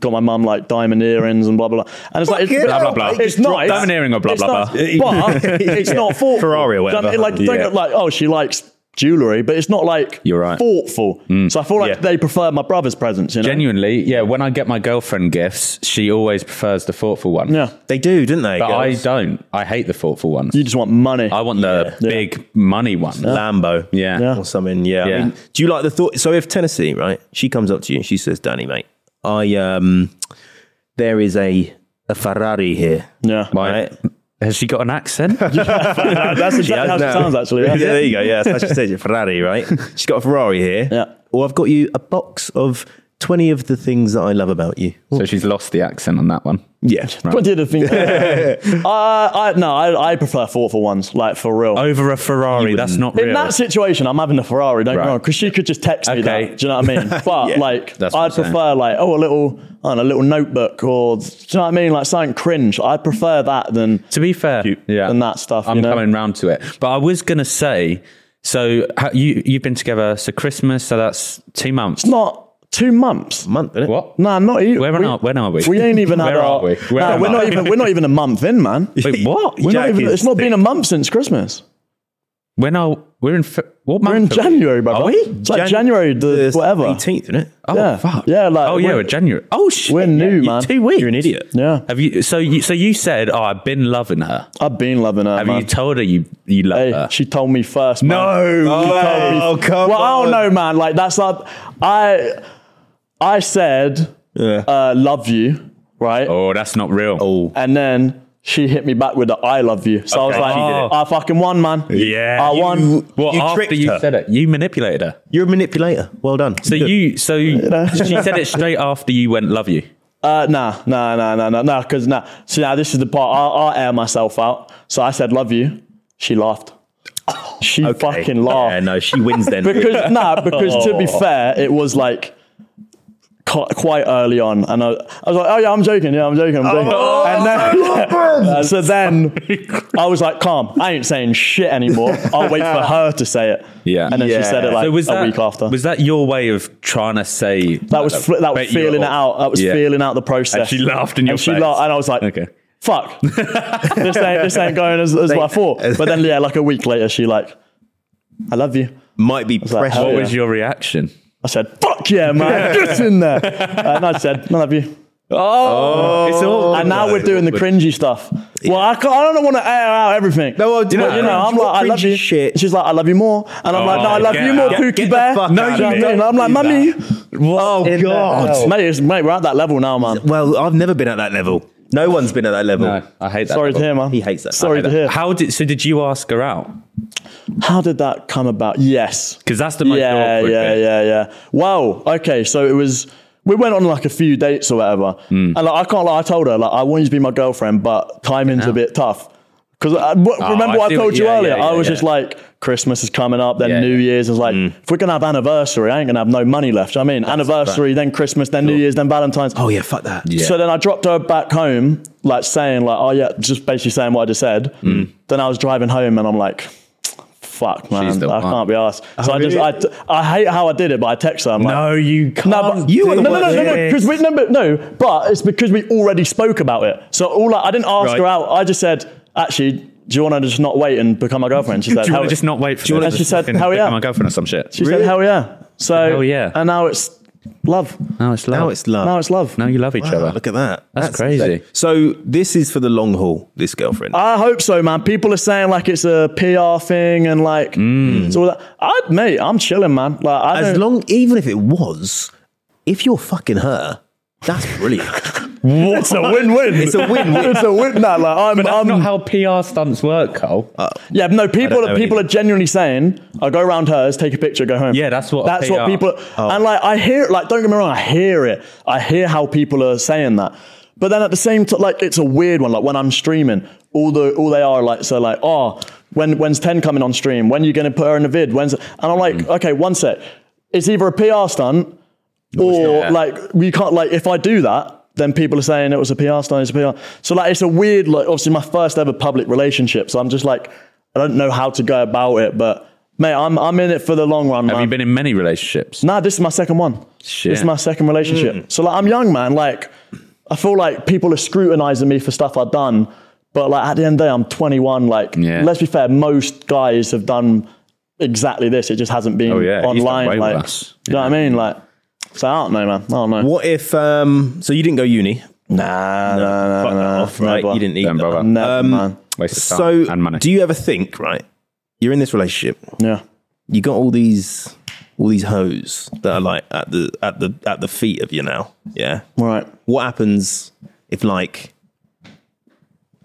C: got my mum like diamond earrings and blah blah blah, and it's like it's,
B: Blah, blah, blah.
C: It's
B: Just drop
C: nice.
B: diamond earring or blah,
C: It's
B: blah,
C: nice, but it's not thoughtful.
A: Ferrari or
C: Do you know what I
A: whatever.
C: mean? Like don't
A: Yeah.
C: get like oh she likes jewelry, but it's not like
B: You're right. Mm.
C: thoughtful. So I feel like
A: Yeah.
C: they prefer my brother's presents. You know,
B: Genuinely, yeah. When I get my girlfriend gifts, she always prefers the thoughtful one.
C: yeah.
A: They do, don't they?
B: but I
A: girls?
B: don't. I hate the thoughtful ones.
C: You just want money.
B: I want the
C: Yeah.
B: big money one.
A: Lambo,
B: Yeah. Yeah.
A: or something. Yeah. I
B: Yeah.
A: mean, do you like the thought? So if Tennessee, right? She comes up to you and she says, "Danny, mate, I um, there is a a Ferrari here,
C: yeah,
A: right?"
B: Has she got an accent?
C: that's
A: She
C: exactly how
A: has
C: it
A: now.
C: sounds actually.
A: yeah,
C: Yeah.
A: there you go. Yeah, that's just it. Ferrari, right? She's got a Ferrari here.
C: Yeah.
A: Or I've got you a box of twenty of the things that I love about you.
B: so she's lost the accent on that one.
A: Yeah.
C: What did I think? uh, I, no, I, I prefer thoughtful ones, like for real.
B: Over a Ferrari, that's not
C: In that situation, I'm having a Ferrari, don't
B: Right.
C: right. because she could just text me
B: Okay.
C: that. Do you know what I mean? But
A: Yeah.
C: like,
B: That's what I'm
C: I'd
B: saying.
C: prefer like oh a little I don't know, a little notebook or do you know what I mean? Like something cringe. I prefer that than
B: to be fair, yeah,
C: than that stuff,
B: I'm
C: you know?
B: coming round to it, but I was gonna say. So ha- you you've been together so Christmas, so that's two months.
C: not two months.
A: Month, innit?
B: What?
C: Nah, not even.
B: Where are- when are we?
C: We ain't even had
B: Where
C: our.
B: are we? Where
C: nah,
B: am
C: we're
B: I?
C: not even. We're not even a month in, man.
B: Wait, what?
C: We're not
A: Jack
C: even,
A: is
C: it's not been a month since Christmas.
B: When are we're in? Fe- what month
C: We're in
B: are we?
C: January, bro.
B: Are we?
C: It's like January, the, whatever.
A: 18th, isn't it?
B: Oh
C: Yeah.
B: fuck.
C: Yeah, like,
B: oh yeah,
C: we're-
B: we're January. Oh shit.
C: we're
B: yeah,
C: new,
B: you're
C: man.
B: Two weeks.
A: You're an idiot.
C: Yeah,
B: Have you? So you? So you said, oh, I've been loving her.
C: I've been loving her.
B: Have
C: man.
B: you told her you you love
C: Hey,
B: her?
C: she told me first. Man.
A: Uh, No
C: She
A: way.
C: told me-
A: Oh, come
C: well, I
A: on.
C: don't know, man. Like that's not. I I said
A: Yeah.
C: uh, love you, right?
B: oh, that's not real. Oh,
C: And then she hit me back with the I love you. So I was
B: Okay,
C: like,
B: she did it.
C: I fucking won, man.
B: yeah.
C: I won.
B: Well,
A: you
B: after
A: tricked
B: you
A: her.
B: said it, you manipulated her.
A: You're a manipulator. Well done.
B: So you, so she said it straight after you went love you.
C: Uh, nah, nah, nah, nah, nah, nah. Because nah. See, now this is the part I'll, I'll air myself out. So I said love you. She laughed. She fucking laughed.
A: Yeah, no, she wins then.
C: because nah, because to be fair, it was like cu- quite early on, and I, I was like, oh yeah, I'm joking, yeah, I'm joking, I'm joking.
B: Oh,
C: and then, Yeah, so then I was like, calm, I ain't saying shit anymore. I'll wait for her to say it.
B: Yeah.
C: and then she said it like a week after.
B: Was that your way of trying to say
C: that was fl- that was
B: Bet you
C: feeling it
B: were-
C: out. That was
B: Yeah.
C: feeling out the process.
B: And she laughed in your
C: and she
B: face.
C: laughed, and I was like,
B: Okay.
C: fuck, this ain't this ain't going as, as what I thought. But then yeah, like a week later, she like, I love you.
A: Might be
C: like,
A: pressure.
C: hell
B: What
C: yeah.
B: was your reaction?
C: I said, fuck yeah, man, get in there. and I said, none of you.
B: Oh, it's all.
C: And now we're doing the cringy stuff. Well, I, can't, I don't want to air out everything.
A: No, well,
C: But,
A: do
C: you know,
A: that.
C: I'm
A: Cringy-
C: like, I love you.
A: shit.
C: She's like, I love you more. And I'm like, no, I
B: Oh,
C: love
B: get
C: you more,
B: out.
C: Pookie
A: Get the
C: Bear.
A: fuck
C: no,
A: out
C: you
A: of
C: know what I
A: here.
C: mean? I'm like,
A: Don't do
C: mummy.
A: oh God.
C: Mate, it's, mate, we're at that level now, man.
A: Well, I've never been at that level. No one's been at that level.
B: No, I hate that.
C: Sorry to hear, man.
A: He hates that.
C: Sorry to hear.
B: How did so? Did you ask her out?
C: How did that come about? Yes.
B: 'Cause that's the most
C: yeah,
B: awkward
C: yeah,
B: bit.
C: yeah, yeah. Wow. Okay, so it was. We went on like a few dates or whatever,
B: Hmm.
C: and like, I can't. Lie, I told her like I want you to be my girlfriend, but timing's a bit tough. Because
B: Oh,
C: remember
B: I
C: what I
B: see
C: told
B: what-
C: you
B: yeah,
C: earlier,
B: yeah,
C: I
B: yeah,
C: was
B: yeah.
C: just like Christmas is coming up, then
B: Yeah,
C: New
B: yeah. Hmm.
C: Year's is like if we're gonna have anniversary, I ain't gonna have no money left. I mean, anniversary, then Christmas, then New Year's, then Valentine's.
A: Oh yeah, fuck that. Yeah.
C: So then I dropped her back home, like saying, like, oh yeah, just basically saying what I just said. Then I was driving home and I'm like, fuck, man,
B: Hmm. She's the
C: I
B: one.
C: can't be asked. So I
A: really?
C: just, I, I hate how I did it, but I text her. I'm like,
B: Oh, No, you can't.
C: no, but
A: You were the
C: no, no, no,
A: one
C: no,
A: that
C: no,
A: did it.
C: because we no, but no, but it's because we already spoke about it. So all I, I didn't ask
B: Right.
C: her out. I just said, actually, do you want to just not wait and become my girlfriend? She
B: Do
C: said,
B: you
C: hell,
B: want to just not wait for
C: you wanna
B: this
C: just said,
B: fucking
C: hurry
B: become
C: up?
B: my girlfriend or some shit?
C: She said, hell yeah. So
B: Hell yeah.
C: and now it's love.
B: No, it's love.
A: now it's love.
C: Now it's love.
B: No, you love each
A: Wow,
B: other.
A: Look at that.
B: That's crazy.
A: insane. So this is for the long haul. This girlfriend.
C: I hope so, man. People are saying like it's a PR thing and like
B: Mm.
C: it's all that. I, mate, I'm chilling, man. Like I
A: as
C: don't,
A: long, even if it was, if you're fucking her, that's brilliant.
C: it's a win-win. Um,
A: It's a win-win.
C: it's a win. That like I'm,
B: But that's
C: I'm
B: not how PR stunts work, Cole.
C: yeah. No, people
B: don't
C: are
B: know
C: people
B: either.
C: are genuinely saying I go around hers, take a picture, go home.
B: Yeah, that's what
C: That's
B: PR
C: what people.
B: Oh.
C: And like I hear, like don't get me wrong, I hear it. I hear how people are saying that. But then at the same time, like it's a weird one. Like when I'm streaming, all the all they are like so like oh when when's ten coming on stream? When you going to put her in the vid? When's and I'm like
B: Mm.
C: okay, one sec. It's either a PR stunt or
B: Yeah.
C: like we can't like if I do that, then people are saying it was a PR stunt, it's a PR. So like it's a weird like obviously my first ever public relationship, so I'm just like I don't know how to go about it, but mate, I'm I'm in it for the long run.
B: Have
C: man.
B: you been in many relationships?
C: Nah, this is my second one.
B: Shit.
C: This is my second relationship.
A: Mm.
C: So like I'm young, man. Like I feel like people are scrutinizing me for stuff I've done. But like at the end of the day, I'm 21. Like
B: Yeah.
C: let's be fair, most guys have done exactly this. It just hasn't been
B: Oh, yeah. He's done way
C: online. Like,
B: worse.
C: you know what I mean? Like, so I don't know, man. I don't know.
A: what if? um So you didn't go uni.
C: Nah, nah,
A: Fuck
C: nah,
A: that
C: nah,
A: off, right?
C: never.
A: You didn't Um, need
B: Don't
A: that.
B: bother.
C: Never, man.
B: Waste of
A: So
B: time and money.
A: do you ever think? Right, you're in this relationship.
C: Yeah.
A: You got all these. All these hoes that are like at the at the at the feet of you now, yeah.
C: All right.
A: what happens if like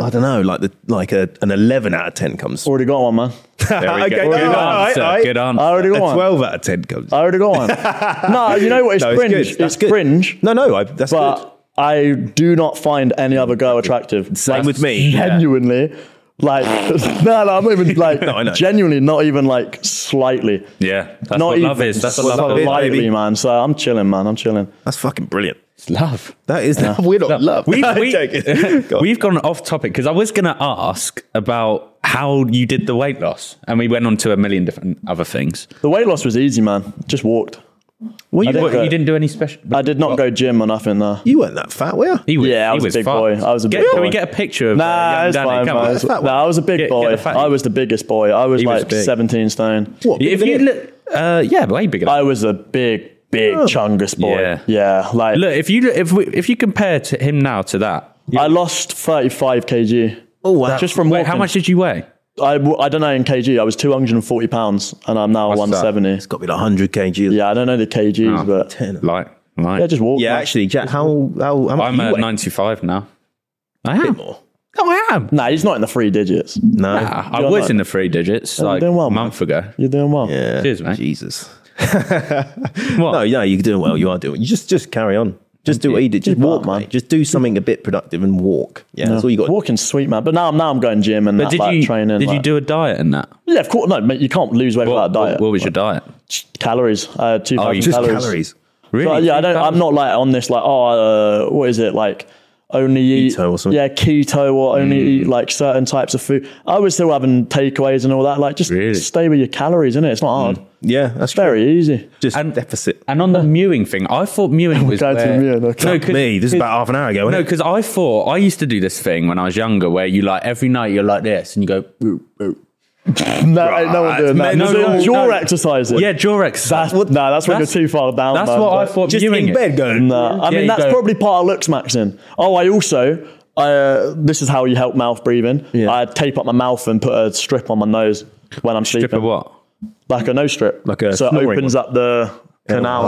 A: I don't know, like the like a, an eleven out of ten comes.
C: Already got one, man.
B: There we
A: Okay, good
B: go. Good
A: answer,
B: answer.
A: alright.
B: Good
C: I
B: answer. Uh,
C: already
A: a
C: got one.
A: twelve out of ten comes.
C: I already got one. no, you know what? It's
A: No,
C: cringe.
A: good.
C: It's,
A: That's good.
C: cringe.
A: No, no, I, that's good.
C: but I do not find any other girl attractive.
A: Same
C: Like,
A: with me.
C: Genuinely. Like, no, no, I'm not even like,
A: No, I know.
C: genuinely, not even like slightly.
B: Yeah, that's
C: not
B: what
C: even
B: love is. That's what love
A: is,
C: slightly,
A: baby.
C: man. So I'm chilling, man. I'm chilling.
A: That's fucking brilliant.
B: is. Love.
A: That is we're not love.
B: We've,
A: I'm
B: we,
A: joking. Go on.
B: have gone off topic because I was going to ask about how you did the weight loss, and we went on to a million different other things.
C: The weight loss was easy, man. Just walked.
B: Well, you,
C: didn't
B: what,
C: go-
B: you didn't do any special.
C: I did not go gym or nothing, though.
A: you weren't that fat, were you?
B: He was,
C: Yeah, I
B: he
C: was a big
B: fucked.
C: boy. I was a
B: Get-
C: big
B: Can we
C: boy.
B: get a picture of uh,
C: Nah,
B: young
C: it's
B: Danny?
C: fine,
B: Come
C: man.
B: on.
C: It's- Nah, I was a big
B: Get- get
C: boy.
B: the fat-
C: I was the biggest boy. I was
B: He was
C: like
B: big.
C: 17 stone.
A: What?
B: If you look, uh, yeah, way bigger.
C: I was a big, big chungus boy.
B: Yeah.
C: Yeah, like
B: look, if you look- if we, if you compare to him now to that,
C: I lost 35 kg.
A: Oh, wow.
C: Just from
B: wait,
C: walking.
B: how much did you weigh?
C: I, w- I don't know in kg. I was 240 pounds and I'm now
B: What's that? Oh.
C: 170.
A: it's got to be like hundred kg.
C: Yeah, I don't know the kgs, but
B: Like, like
C: yeah, just walk.
A: yeah.
C: man.
A: Actually, Jack, how how how much
B: I'm
A: you
B: at
A: weigh?
B: 95 now. I
A: Bit
B: am.
A: more.
B: No, I am.
C: Nah, he's not in the three digits.
A: No.
B: Ah, I
C: You're
B: was
C: not-
B: in the three digits like
C: Oh, doing well,
B: a month ago.
C: You're doing well.
A: Yeah.
B: Cheers, mate.
A: Jesus.
B: What?
A: No, no, you're doing well. You are doing. You just just carry on. Just do what you did. Just
C: Keep it
A: walk,
C: up, man.
A: man. Just do something a bit productive and walk. Yeah, that's all you got. to
C: Walking sweet, man. But now I'm now I'm going gym and
B: but
C: that,
B: did
C: like,
B: you
C: training.
B: did you
C: like-
B: do a diet and that?
C: Yeah, of course. No, mate, you can't lose weight
B: What,
C: without a diet.
B: what, what was your diet?
C: calories? Uh, two
B: Oh, you
C: thousand
B: just
C: calories.
B: Really?
C: But, yeah, I don't. I'm
B: 3,000?
C: not like on this like oh, uh, what is it like? Only eat
A: Keto or something.
C: Yeah, keto or only eat
B: Mm.
C: like certain types of food. I was still having takeaways and all that. Like just
B: Really? Mm.
C: stay with your calories, innit? It's not hard.
A: Yeah, that's true.
C: Very easy.
A: Just
B: And-
A: deficit.
B: And on the mewing thing, I thought mewing was
C: Go to
B: where-
C: mewing, okay.
B: No,
C: Fuck
B: 'cause-
A: Me, this is about half an hour ago.
B: No,
A: Isn't it?
B: because I thought I used to do this thing when I was younger, where you like every night you're like this, and you go, "Ah,
C: No, ain't no one doing that.
B: No,
C: No, no,
B: no,
C: jaw
B: no.
C: exercises.
B: yeah, jaw exercise.
C: that's what. Nah, that's when
B: That's-
C: you're too far down.
B: That's
C: man,
B: what I
C: but-
B: thought.
A: just
B: mewing
A: in
B: it.
A: bed going.
C: Nah, I
B: Yeah,
C: mean
B: you
C: that's
B: go-
C: probably part of looks maxing. Oh, I also. Uh, this is how you help mouth breathing.
A: Yeah.
C: I tape up my mouth and put a strip on my nose when I'm
B: Strip
C: sleeping.
B: of what?
C: like a nose strip.
A: Like a
C: so it
A: snoring
C: opens
A: one. Ah.
C: up the canal.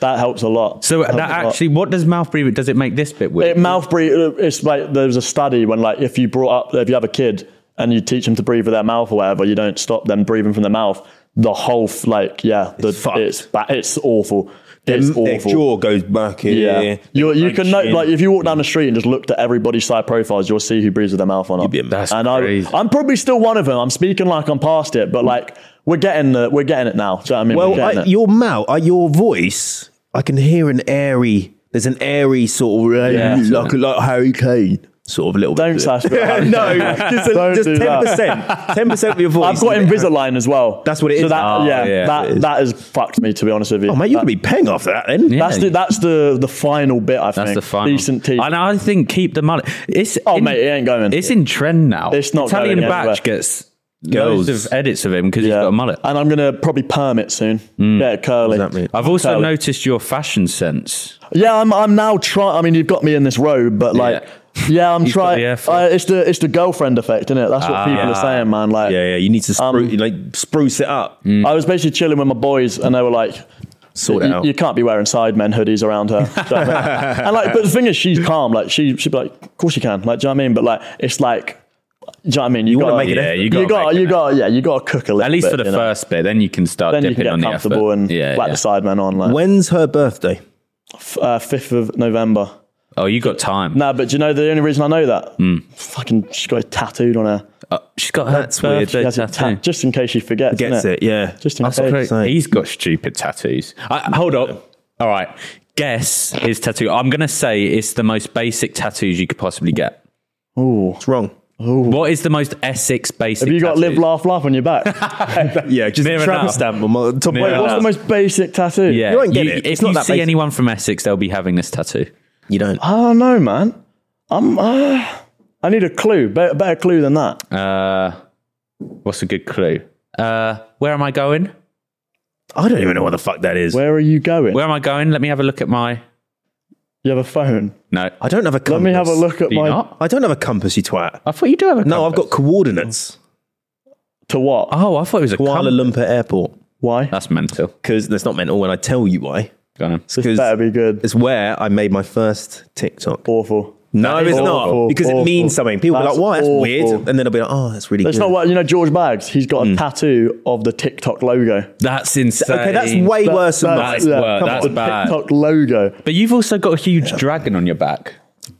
C: That helps a lot.
B: So
C: Helps
B: that
C: a lot.
B: actually, what does mouth breathing? Does it make this bit weird?
C: it mouth breathe. It's like there was a study when like if you brought up if you have a kid and you teach them to breathe with their mouth or whatever, you don't stop them breathing from their mouth. The whole f- like yeah, the,
A: It's fucked.
C: it's ba- it's awful. It's
A: their, their
C: awful.
A: "Mm, jaw goes back in.
C: Yeah,
A: Yeah,
C: you you can know,
A: chin.
C: like if you walk down the street and just looked at everybody's side profiles, you'll see who breathes with their mouth or not.
A: be amazed. That's
C: and I,
B: crazy.
C: I'm probably still one of them. I'm speaking like I'm past it, but like we're getting the, we're getting it now. Do you know what I mean? We're
A: Well,
C: getting
A: I,
C: it.
A: your mouth, uh, your voice, I can hear an airy. There's an airy sort of uh,
C: Yeah.
A: like like Harry Kane sort of little.
C: Don't
A: bit.
C: slash me.
A: no, just
C: Don't do
A: just ten
C: that.
A: percent, ten percent of your voice.
C: I've got Invisalign as well.
A: That's what it
C: so
A: is.
C: That,
A: Oh,
C: yeah,
B: yeah.
A: It
C: that
A: is.
C: that has fucked me to be honest with you.
A: Oh mate, you
C: That-
A: could be paying after that then.
B: Yeah.
C: That's the that's the the final bit. I think
B: That's the final.
C: decent teeth.
B: And I think keep the money. It's
C: Oh, mate, it ain't going.
B: It's in trend now.
C: It's not
B: Italian
C: going
B: batch
C: anywhere.
B: gets
A: Girls.
B: loads of edits of him because he's got a mullet. Mm.
C: And I'm gonna probably perm it soon. Yeah, curly.
A: What does that mean?
B: I've also
C: Curly.
B: noticed your fashion sense.
C: Yeah, I'm I'm now trying. I mean, you've got me in this robe, but like, yeah, I'm
B: You've got
C: trying.
B: the Ah, air for
C: Uh, it's the it's the girlfriend effect, isn't it? That's what people are saying, man. Like,
A: Yeah, yeah. You need to spru- like spruce it up,
C: I was basically chilling with my boys, and they were like.
A: sort it
C: you,
A: out.
C: you can't be wearing side men hoodies around her. Do you know what I mean? and like, but the thing is, she's calm. Like, she she'd be like, "Of course you can." Like, do you know what I mean? But like, it's like, do you know what I mean? You,
A: wanna
C: gotta-
A: make an
B: Yeah, effort. you
C: you
B: gotta
C: got,
B: make
C: you
B: an
C: got, yeah, you got to cook a little.
B: At least
C: bit,
B: for the
C: you know?
B: first bit, then you can start
C: then you
B: dipping
C: can get
B: on the
C: comfortable
B: effort.
C: and
B: yeah,
C: whack
B: yeah.
C: the side men on. Like, uh,
A: When's her birthday?
C: fifth of November.
B: Oh, you got time.
C: No, but do you know the only reason I know that?
B: Hmm.
C: Fucking, she's got it tattooed on her.
B: Uh, she's got her
A: That's weird.
B: birthday
C: She has it
B: tattoo.
C: tat- just in case she forgets.
A: Gets
C: innit?
A: it, yeah.
C: Just in
A: That's
C: case.
A: crazy.
B: He's got stupid tattoos. I, hold up. All right. Guess his tattoo. I'm going to say it's the most basic tattoos you could possibly get.
A: What's wrong?
B: What is the most Essex basic
C: Have you got live,
B: tattoos?
C: laugh, laugh on your back? Wait,
A: Yeah, just
B: Near
A: a tramp
B: enough.
A: stamp on my top.
B: Near
C: what's
B: enough.
C: the most basic tattoo?
B: Yeah.
A: You won't get it.
B: If
A: It's not
B: you
A: that
B: see
A: basic.
B: anyone from Essex, they'll be having this tattoo.
A: You don't.
C: I don't know, Ah, man. I'm. Uh, I need a clue. Better, better clue than that.
B: Uh, what's a good clue? Uh, where am I going?
A: I don't even know what the fuck that is.
C: Where are you going?
B: Where am I going? Let me have a look at my.
C: you have a phone.
B: No.
A: I don't have a.
C: Let
A: Compass.
C: me have a look at
B: Do you
C: my.
B: not?
A: I don't have a compass, you twat.
B: I thought you do have a.
A: No, I've got
B: compass.
A: coordinates.
C: To what?
B: Oh, I thought it was a
A: Kuala
B: compass.
A: Lumpur Airport.
C: Why?
B: That's mental.
A: Because that's not mental when I tell you why.
B: Go on.
A: It's
C: This better be good.
A: It's where I made my first TikTok.
C: awful.
A: No,
C: That is
A: it's
C: awful.
A: not. Because
C: Awful.
A: it means something. People
C: That's
A: are like, why? That's
C: awful.
A: weird. And then I'll be like, oh, that's really
C: That's
A: good.
C: not what you know. George Bags. He's
B: Hmm.
C: got a tattoo of the TikTok logo.
B: That's insane.
A: okay, that's way
C: That-
A: worse than
C: that's-
A: that.
B: That's
C: yeah,
B: worse.
C: come
B: That's
C: on. the
B: bad.
C: TikTok logo.
B: But you've also got a huge dragon on your back,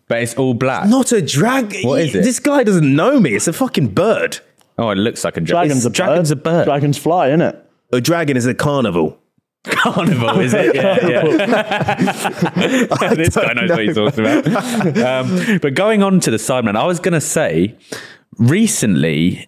B: but it's all black.
A: Not a drag.
B: What is it?
A: This guy doesn't know me. It's a fucking bird.
B: Oh, it looks like a dragon.
C: Dragon's a
B: It's- dragon's
C: bird.
B: a bird.
C: Dragon's fly, isn't it?
A: A dragon is a carnival.
B: Carnival, is it? Yeah, yeah. this guy knows what he's talking about. Um, but going on to the Sidemen, I was going to say recently,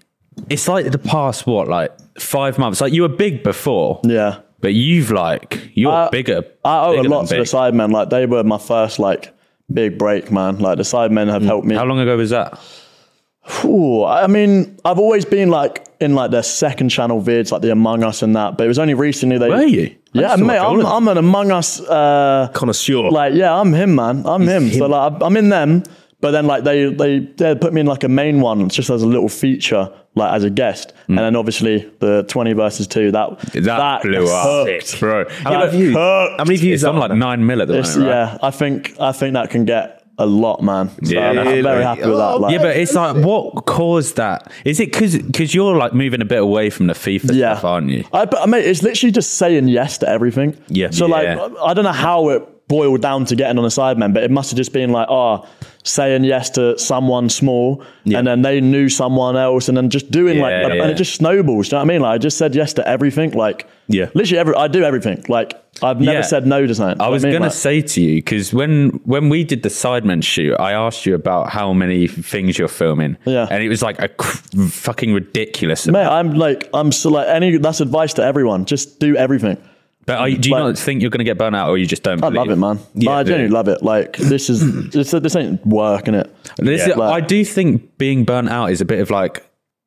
B: it's like the past, what, like five months? Like you were big before,
C: Yeah.
B: but you've like, you're
C: Uh,
B: bigger.
C: I owe
B: bigger
C: a
B: than
C: lot to the
B: big.
C: Sidemen. Like they were my first like big break, man. Like the Sidemen have helped me.
B: Hmm. How long ago was that?
C: Ooh, I mean, I've always been like in like their second channel vids, like the Among Us and that. But it was only recently they.
B: Were you?
C: Yeah, mate. I'm, I'm an Among Us. Uh,
A: Connoisseur.
C: like yeah, I'm him, man. I'm him. So
A: him.
C: like I- I'm in them. But then like they they they put me in like a main one just as a little feature, like as a guest. And then obviously the twenty versus two that
B: Hmm. That, blew up, bro. How
A: many views?
B: How
A: many views
B: It's on
A: are
B: like
A: on that?
B: nine mil at the
C: It's-
B: moment, right?
C: Yeah, I think I think that can get a lot, man. So
B: Yeah,
C: I'm, I'm
B: really? Oh,
C: very happy with that. Like,
B: yeah, but it's like, what caused that? Is it because because you're like moving a bit away from the FIFA
C: yeah,
B: stuff, aren't you?
C: I, but, mate, it's literally just saying yes to everything.
A: Yeah.
C: So
B: Yeah.
C: like, I don't know how it boiled down to getting on a side man, but it must have just been like, oh, saying yes to someone small, and then they knew someone else, and then just doing like,
B: Yeah,
C: and
B: yeah.
C: it just snowballs. Do you know what I mean? Like, I just said yes to everything. Like,
A: Yeah.
C: literally every. I do everything. Like, I've never
B: Yeah.
C: said no to something. Do
B: I
C: you know
B: was
C: what mean?
B: gonna
C: Like-
B: say to you because when when we did the Sidemen shoot, I asked you about how many things you're filming,
C: Yeah.
B: and it was like a cr- fucking ridiculous.
C: Mate, I'm like, I'm so like, any, that's advice to everyone. Just do everything.
B: but are, you- do you
C: like-
B: not think you're gonna get burnt out, or you just don't?
C: I love it, man.
B: Yeah,
C: I genuinely
B: yeah.
C: love it. Like this is this, this ain't work, innit?
B: This
C: Yeah.
B: is, I do think being burnt out is a bit of like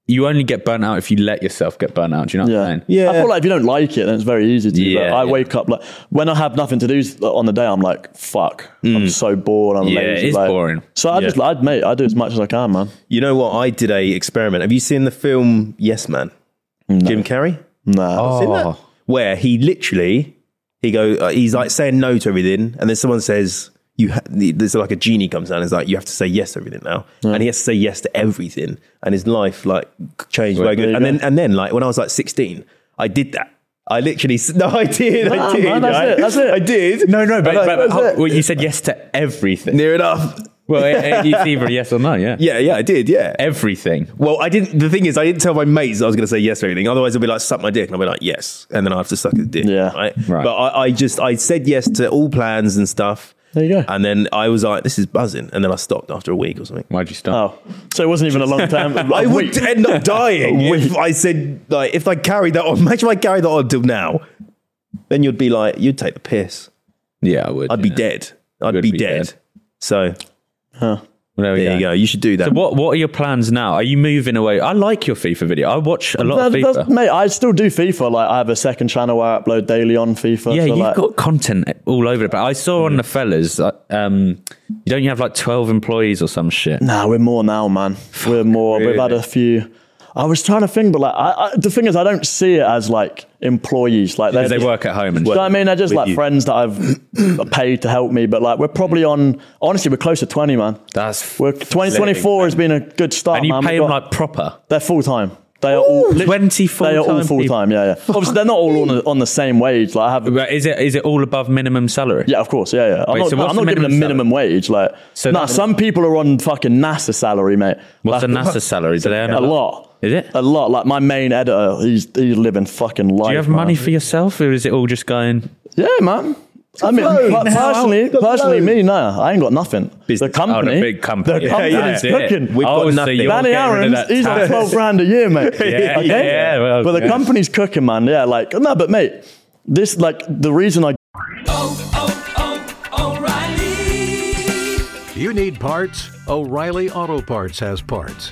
B: you only get burnt out if you let yourself get burnt out. Do you know what
C: Yeah,
B: I'm saying?
C: I feel like if you don't like it, then it's very easy to. do that.
B: Yeah,
C: I
B: yeah.
C: wake up like when I have nothing to do on the day. I'm like, fuck, I'm so bored. I'm
B: Hmm. Yeah,
C: lazy.
B: it is
C: like-
B: boring.
C: So I just, I'd mate, I do as much as I can, man.
A: You know what? I did a experiment. Have you seen the film Yes Man? Jim Carrey.
C: Nah,
A: Seen that?
B: Oh.
A: Where he literally he go uh, he's like saying no to everything, and then someone says you ha- there's like a genie comes down. And it's like you have to say yes to everything now, and he has to say yes to everything. And his life like changed.
C: Sweet.
A: very good.
C: There you
A: And
C: go.
A: then and then like when I was like 16, I did that. I literally s- no, I did,
C: Nah,
A: I did.
C: man, that's
A: right?
C: it, that's it.
A: I did.
B: No, no, but,
A: And I-
B: but, oh,
A: that's it.
B: well, you said yes to everything.
A: near enough.
B: Well, it- it's either a yes or no, yeah.
A: Yeah, yeah, I did. Yeah.
B: Everything.
A: Well, I didn't. The thing is, I didn't tell my mates I was going to say yes to everything. Otherwise, they'll be like, "Suck my dick," and I'll be like, "Yes," and then I have to suck his dick.
C: Yeah.
A: right.
B: Right.
A: But I, I just I said yes to all plans and stuff.
C: There you go.
A: And then I was like, "This is buzzing," and then I stopped after a week or something.
B: Why'd you stop?
C: Oh, so it wasn't even a long time.
A: I
C: A
A: would
C: week.
A: end up dying
C: A
A: if
C: week.
A: I said like if I carried that on. Imagine if I carried that on till now. Then you'd be like, you'd take the piss.
C: Oh,
B: Yeah, I would.
A: I'd be
B: yeah.
A: dead. I'd
B: You'd
A: be,
B: be
A: dead.
B: dead.
A: So
B: There,
A: there you go. You should do that.
B: So what what are your plans now? Are you moving away? I like your FIFA video. I watch a lot of
C: That- that's-
B: FIFA.
C: mate, I still do FIFA. Like, I have a second channel where I upload daily on FIFA.
B: Yeah,
C: so
B: you've
C: like, Mm.
B: got content all over the place. I saw on the fellas, uh, um, you don't you have like twelve employees or some shit?
C: Nah, we're more now, man. we're more. We've had a few. I was trying to think, but like, I, I, the thing is, I don't see it as like employees. Like,
B: Because they work at home and
C: Do you know
B: shit.
C: what I mean? They're just
B: With
C: like
B: you.
C: friends that I've paid to help me. But like, we're probably on. Honestly, we're close to twenty, man.
B: That's
C: We're twenty twenty four has been a good start.
B: and you
C: man.
B: pay
C: We've
B: them
C: got-
B: like proper.
C: They're full time. They are all lit-
B: 20 full-time
C: They are all full time. Yeah, yeah. Obviously, they're not all on, the- on the same wage. Like I have.
B: But is it is it all above minimum salary?
C: Yeah, of course. Yeah, yeah. I'm
B: Wait,
C: not,
B: so what's
C: I'm
B: the
C: not giving a
B: minimum
C: minimum wage. Like,
B: So
C: nah,
B: that's-
C: some people are on fucking NASA salary, mate.
B: What's the
C: like,
B: NASA salary? Do they earn
C: A lot.
B: Is it?
C: A lot. Like my main editor, he's he's living fucking life.
B: Do you have
C: man.
B: money for yourself, or is it all just going?
C: Yeah, man. I mean, but personally, personally, me, nah, I ain't got nothing.
A: Business.
C: The company,
B: Oh, the big company.
C: the
B: Yeah,
C: company's
B: yeah, that's it.
C: cooking.
A: We've got
B: Oh, so
A: nothing.
B: you're
C: Danny
B: getting rid of
C: Aaron's,
B: that
C: he's on
B: tax.
C: twelve grand a year, mate.
B: Yeah,
C: okay?
B: yeah, well,
C: but the
B: yeah.
C: company's cooking, man. Yeah, like no, but mate, this like the reason I
H: You need parts? O'Reilly Auto Parts has parts.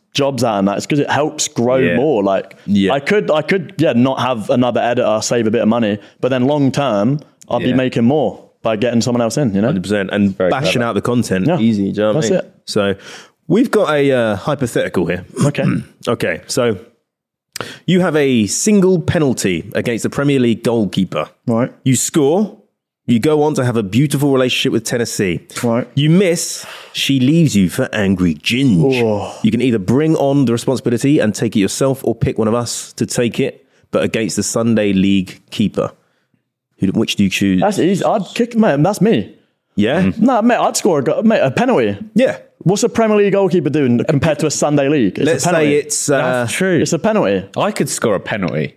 C: jobs out and that, it's because it helps grow
A: Yeah.
C: more. Like
A: Yeah.
C: I could, I could, yeah, not have another editor, save a bit of money, but then long term, I'll
A: Yeah.
C: be making more by getting someone else in. You know,
A: 100% and bashing
C: clever.
A: out the content
C: Yeah.
A: easy. Do you know what I
C: That's
A: mean?
C: it.
A: So we've got a uh, hypothetical here.
C: okay.
A: Okay, so you have a single penalty against the Premier League goalkeeper.
C: Right.
A: You score. You go on to have a beautiful relationship with Tennessee.
C: Right.
A: You miss. She leaves you for angry ginge.
C: Oh.
A: You can either bring on the responsibility and take it yourself, or pick one of us to take it, but against the Sunday League keeper. Who, which do you choose?
C: That's Mm. easy. I'd kick, man. That's me.
A: yeah,
C: Nah, mate, I'd score a, go- mate, a penalty.
A: yeah.
C: What's a Premier League goalkeeper doing compared to a Sunday league? It's
A: Let's
C: a penalty.
A: say it's uh,
B: That's true.
C: it's a penalty.
B: I could score a penalty.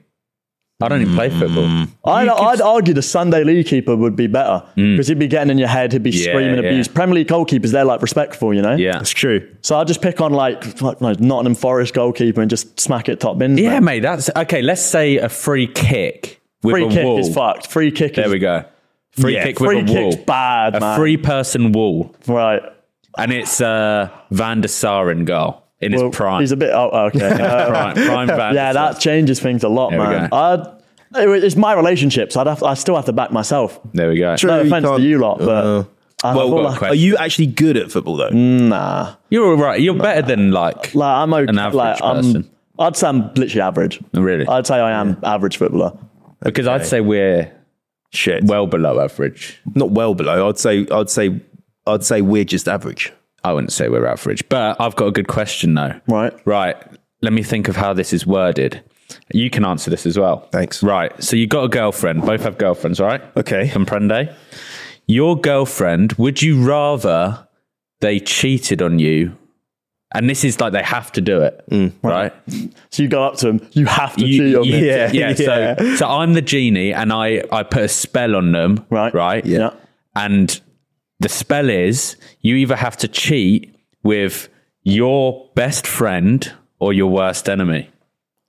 B: I don't even play football.
C: I'd, I'd argue the Sunday league keeper would be better
A: Mm.
C: because he'd be getting in your head, he'd be
B: Yeah,
C: screaming
B: yeah.
C: abuse. Premier League goalkeepers, they're like respectful, you know.
B: Yeah.
A: that's true.
C: So I'll just pick on like, like like Nottingham Forest goalkeeper and just smack it top bins.
B: Yeah,
C: mate.
B: mate. That's okay. Let's say a free kick with
C: free
B: a
C: kick
B: wall.
C: is fucked. Free kick.
B: There
C: is,
B: we go. Free kick with
C: free
B: a
C: kick's
B: wall.
C: bad,
B: a
C: man.
B: free person wall,
C: Right.
B: and it's uh, Van der Sar in goal in his
C: Well,
B: prime.
C: He's a bit. Oh, okay. Uh,
B: prime, prime Van.
C: yeah,
B: der Sar.
C: that changes things a lot,
B: There we
C: man.
B: go.
C: I'd, it was- it's my relationships. I'd have. I still have to back myself.
B: There we go.
C: No
A: You
C: offense to
A: can't-
C: you lot, but
A: Uh,
C: I
A: well,
B: got
C: feel
B: a
C: like,
B: question.
A: are you actually good at football though?
C: nah.
B: You're all right. You're better than like.
C: Like I'm okay.
B: An average
C: like
B: person.
C: I'm. I'd say I'm literally average.
B: Really?
C: I'd say I am average footballer.
B: because I'd say we're
A: Shit.
B: well below average.
A: not well below. I'd say I'd say I'd say we're just average.
B: I wouldn't say we're average, but I've got a good question though.
C: Right.
B: Right. Let me think of how this is worded. You can answer this as well.
A: Thanks.
B: Right. So you got a girlfriend. Both have girlfriends, right?
A: Okay.
B: Comprende? Your girlfriend, would you rather they cheated on you? And this is like they have to do it, right?
C: So you go up to him. You have Mm. to
B: You-
C: cheat on
B: you-
C: me.
B: yeah, So, so I'm the genie, and I I put a spell on them,
C: Right.
B: Right,
C: Yeah.
B: And the spell is you either have to cheat with your best friend or your worst enemy.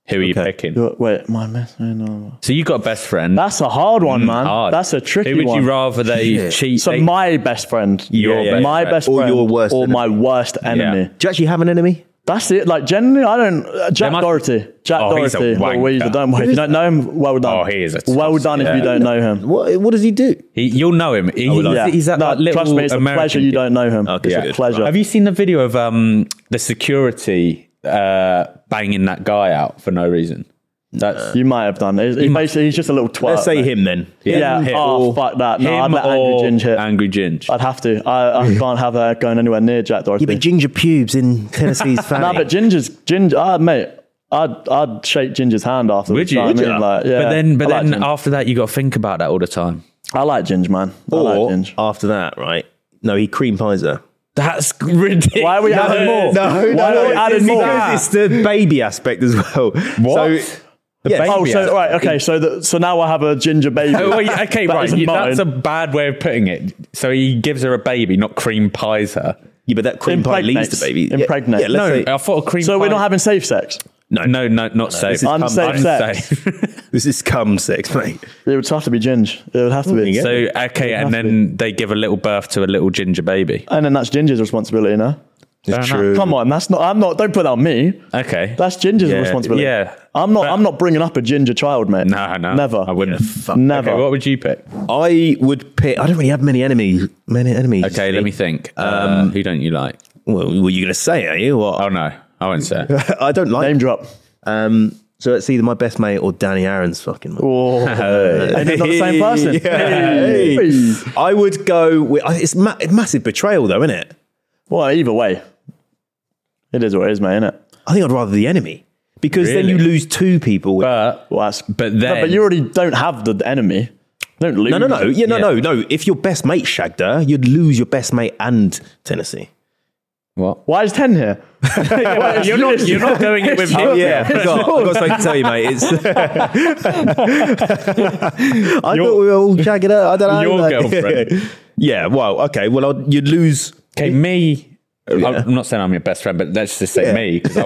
B: Who are you picking?
C: You're- Wait, my mess. No.
B: So you got a best friend.
C: That's a hard one, man.
B: Mm, Hard.
C: That's a tricky
B: Who would
C: one.
B: you rather they cheat?
C: So
B: they-
C: my best friend,
B: Your
C: my
B: best
C: best
A: friend. Or
C: friend,
A: your worst
C: or
A: enemy.
C: my worst enemy.
A: Do you actually have an enemy?
C: That's it. Like generally, I don't. Uh, Jack
B: must-
C: Doherty. Jack
B: Oh, he's a
C: Doherty.
B: wanker.
C: Well, he's a dumb. If you don't know him, well done.
B: Oh, he is a
C: well
B: toss,
C: done if
B: yeah.
C: you don't know him.
A: What, what does he do?
B: He, you'll know him. He- he's,
C: Yeah.
B: he's that
C: No,
B: like, little
C: trust me, it's a
B: American
C: pleasure you
B: kid.
C: don't know him.
A: Okay,
C: it's
A: so
C: a
A: good.
C: pleasure.
B: Have you seen the video of um, the security uh, banging that guy out for no reason? That's
C: You might have done. He's, he's basically, he's just a little twat.
A: Let's say
C: mate.
A: him then.
C: Uh, Yeah.
B: Him
C: Oh,
B: or-
C: fuck that. No, I'd
B: him
C: let Angry
B: or
C: Ginge hit.
B: Angry Ginge.
C: I'd have to. I, I can't have her going anywhere near Jack Doherty.
A: Yeah, but ginger pubes in Tennessee's family.
C: Nah, but Ginger's Ginger. Ah, mate, I'd I'd shake Ginger's hand after.
B: Would you?
C: I
B: Would
C: mean?
B: you?
C: Like, yeah.
B: But then, but
C: I like
B: then
C: Ginger.
B: after that, you got to think about that all the time.
C: I like Ginger, man. I like
A: or
C: Ginger.
A: after that, right? No, he cream pies her.
B: That's ridiculous.
C: Why are we adding more? Why are we adding
A: it's
C: more?
A: Because it's the baby aspect as well.
B: What?
A: So,
C: Yes. Oh,
B: baby
C: so
B: aspect.
C: right, okay. So the, so now I have a ginger baby.
B: Oh, well, yeah, okay,
C: That
B: right.
C: isn't
B: you- That's a
C: mine.
B: bad way of putting it. So he gives her a baby, not cream pies her.
A: yeah, but that cream pie leads
C: Impregnates.
A: to baby. Yeah,
C: Impregnates.
A: Yeah, let's
B: No,
A: say-
B: I thought a cream.
C: So
B: pie,
C: we're not having safe sex.
B: No, no, no not safe.
A: is
C: Unsafe sex.
A: this is cum sex, mate.
C: It would have to be ginger. It would have to be.
B: so okay, and then they give a little birth to a little ginger baby.
C: uh, and then that's Ginger's responsibility, no?
A: It's
B: enough.
A: true.
C: Come on, that's not. I'm not. Don't put that on me.
B: Okay,
C: That's Ginger's
B: Yeah,
C: responsibility.
B: yeah.
C: I'm not.
B: But-
C: I'm not bringing up a ginger child, mate.
B: no, no,
C: Never.
B: I wouldn't.
C: Never.
B: Okay, what would you pick?
A: I would pick. I don't really have many enemies. Many enemies.
B: Okay, let me think. Um, who don't you like?
A: Well, were you going to say? it, Are you? What?
B: Oh no, I won't say. it.
A: I don't like.
C: Name drop.
A: Um, so it's either my best mate or Danny Aaron's fucking.
C: Oh, and it's not the same person.
A: Hey.
C: Hey.
A: I would go with. I- It's ma- massive betrayal, though, isn't it?
C: Well, either way, it is what it is, mate. Isn't it?
A: I think I'd rather the enemy because then you
B: Really?
A: lose two people. With-
B: But
C: Well, that's,
B: But
C: No,
B: then-
C: but you already don't have the enemy. Don't lose.
A: no, no, no. Yeah, no, no,
B: Yeah.
A: no. If your best mate shagged her, you'd lose your best mate and Tennessee.
B: what?
C: Why is ten here?
B: you're not. You're not going it with
A: Oh
B: me.
A: yeah, I forgot. I got something to tell you, mate. It's I thought we were all shagging her. I don't know.
B: Your girlfriend.
A: yeah. Well, okay. Well, I'd, you'd lose.
B: Okay, me. I'm not saying I'm your best friend, but let's just say
A: Yeah.
B: me because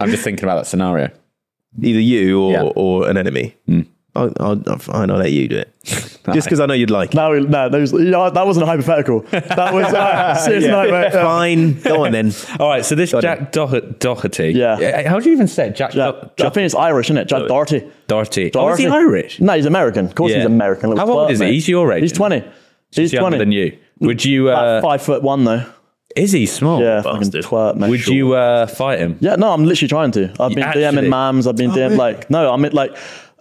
B: I'm just thinking about that scenario.
A: either you or,
B: Yeah.
A: or an enemy.
C: Hmm.
A: I'll, I'll, I'll, fine, I'll let you do it. Just because I know you'd like it.
C: No, no, those, you know, that wasn't a hypothetical. That was uh, serious night, mate. Yeah.
A: Fine, go on then.
B: All right, so this
A: Got
B: Jack Doher- Doherty. Eh,
C: Yeah.
B: How do you even say it? Jack,
C: Jack,
B: Do-
C: I
B: Jack
C: think it's Irish, isn't it? Jack Doherty.
B: Doherty.
C: Doherty.
B: Oh, is he Irish?
C: No, he's American. Of course,
B: Yeah.
C: he's American. Little
B: How old
C: twat,
B: is he?
C: mate.
B: He's your age,
C: He's
B: isn't
C: twenty. He's
B: He's younger
C: twenty.
B: than you. Would you?
C: About
B: Uh,
C: five foot one though.
B: is he small?
C: Yeah, fucking
A: bastard.
C: twat, mate.
B: Would you uh, fight him?
C: Yeah, no, I'm literally trying to. I've
B: You
C: been
B: actually- Oh,
C: DMing mams. I've been DMing like no, I'm like.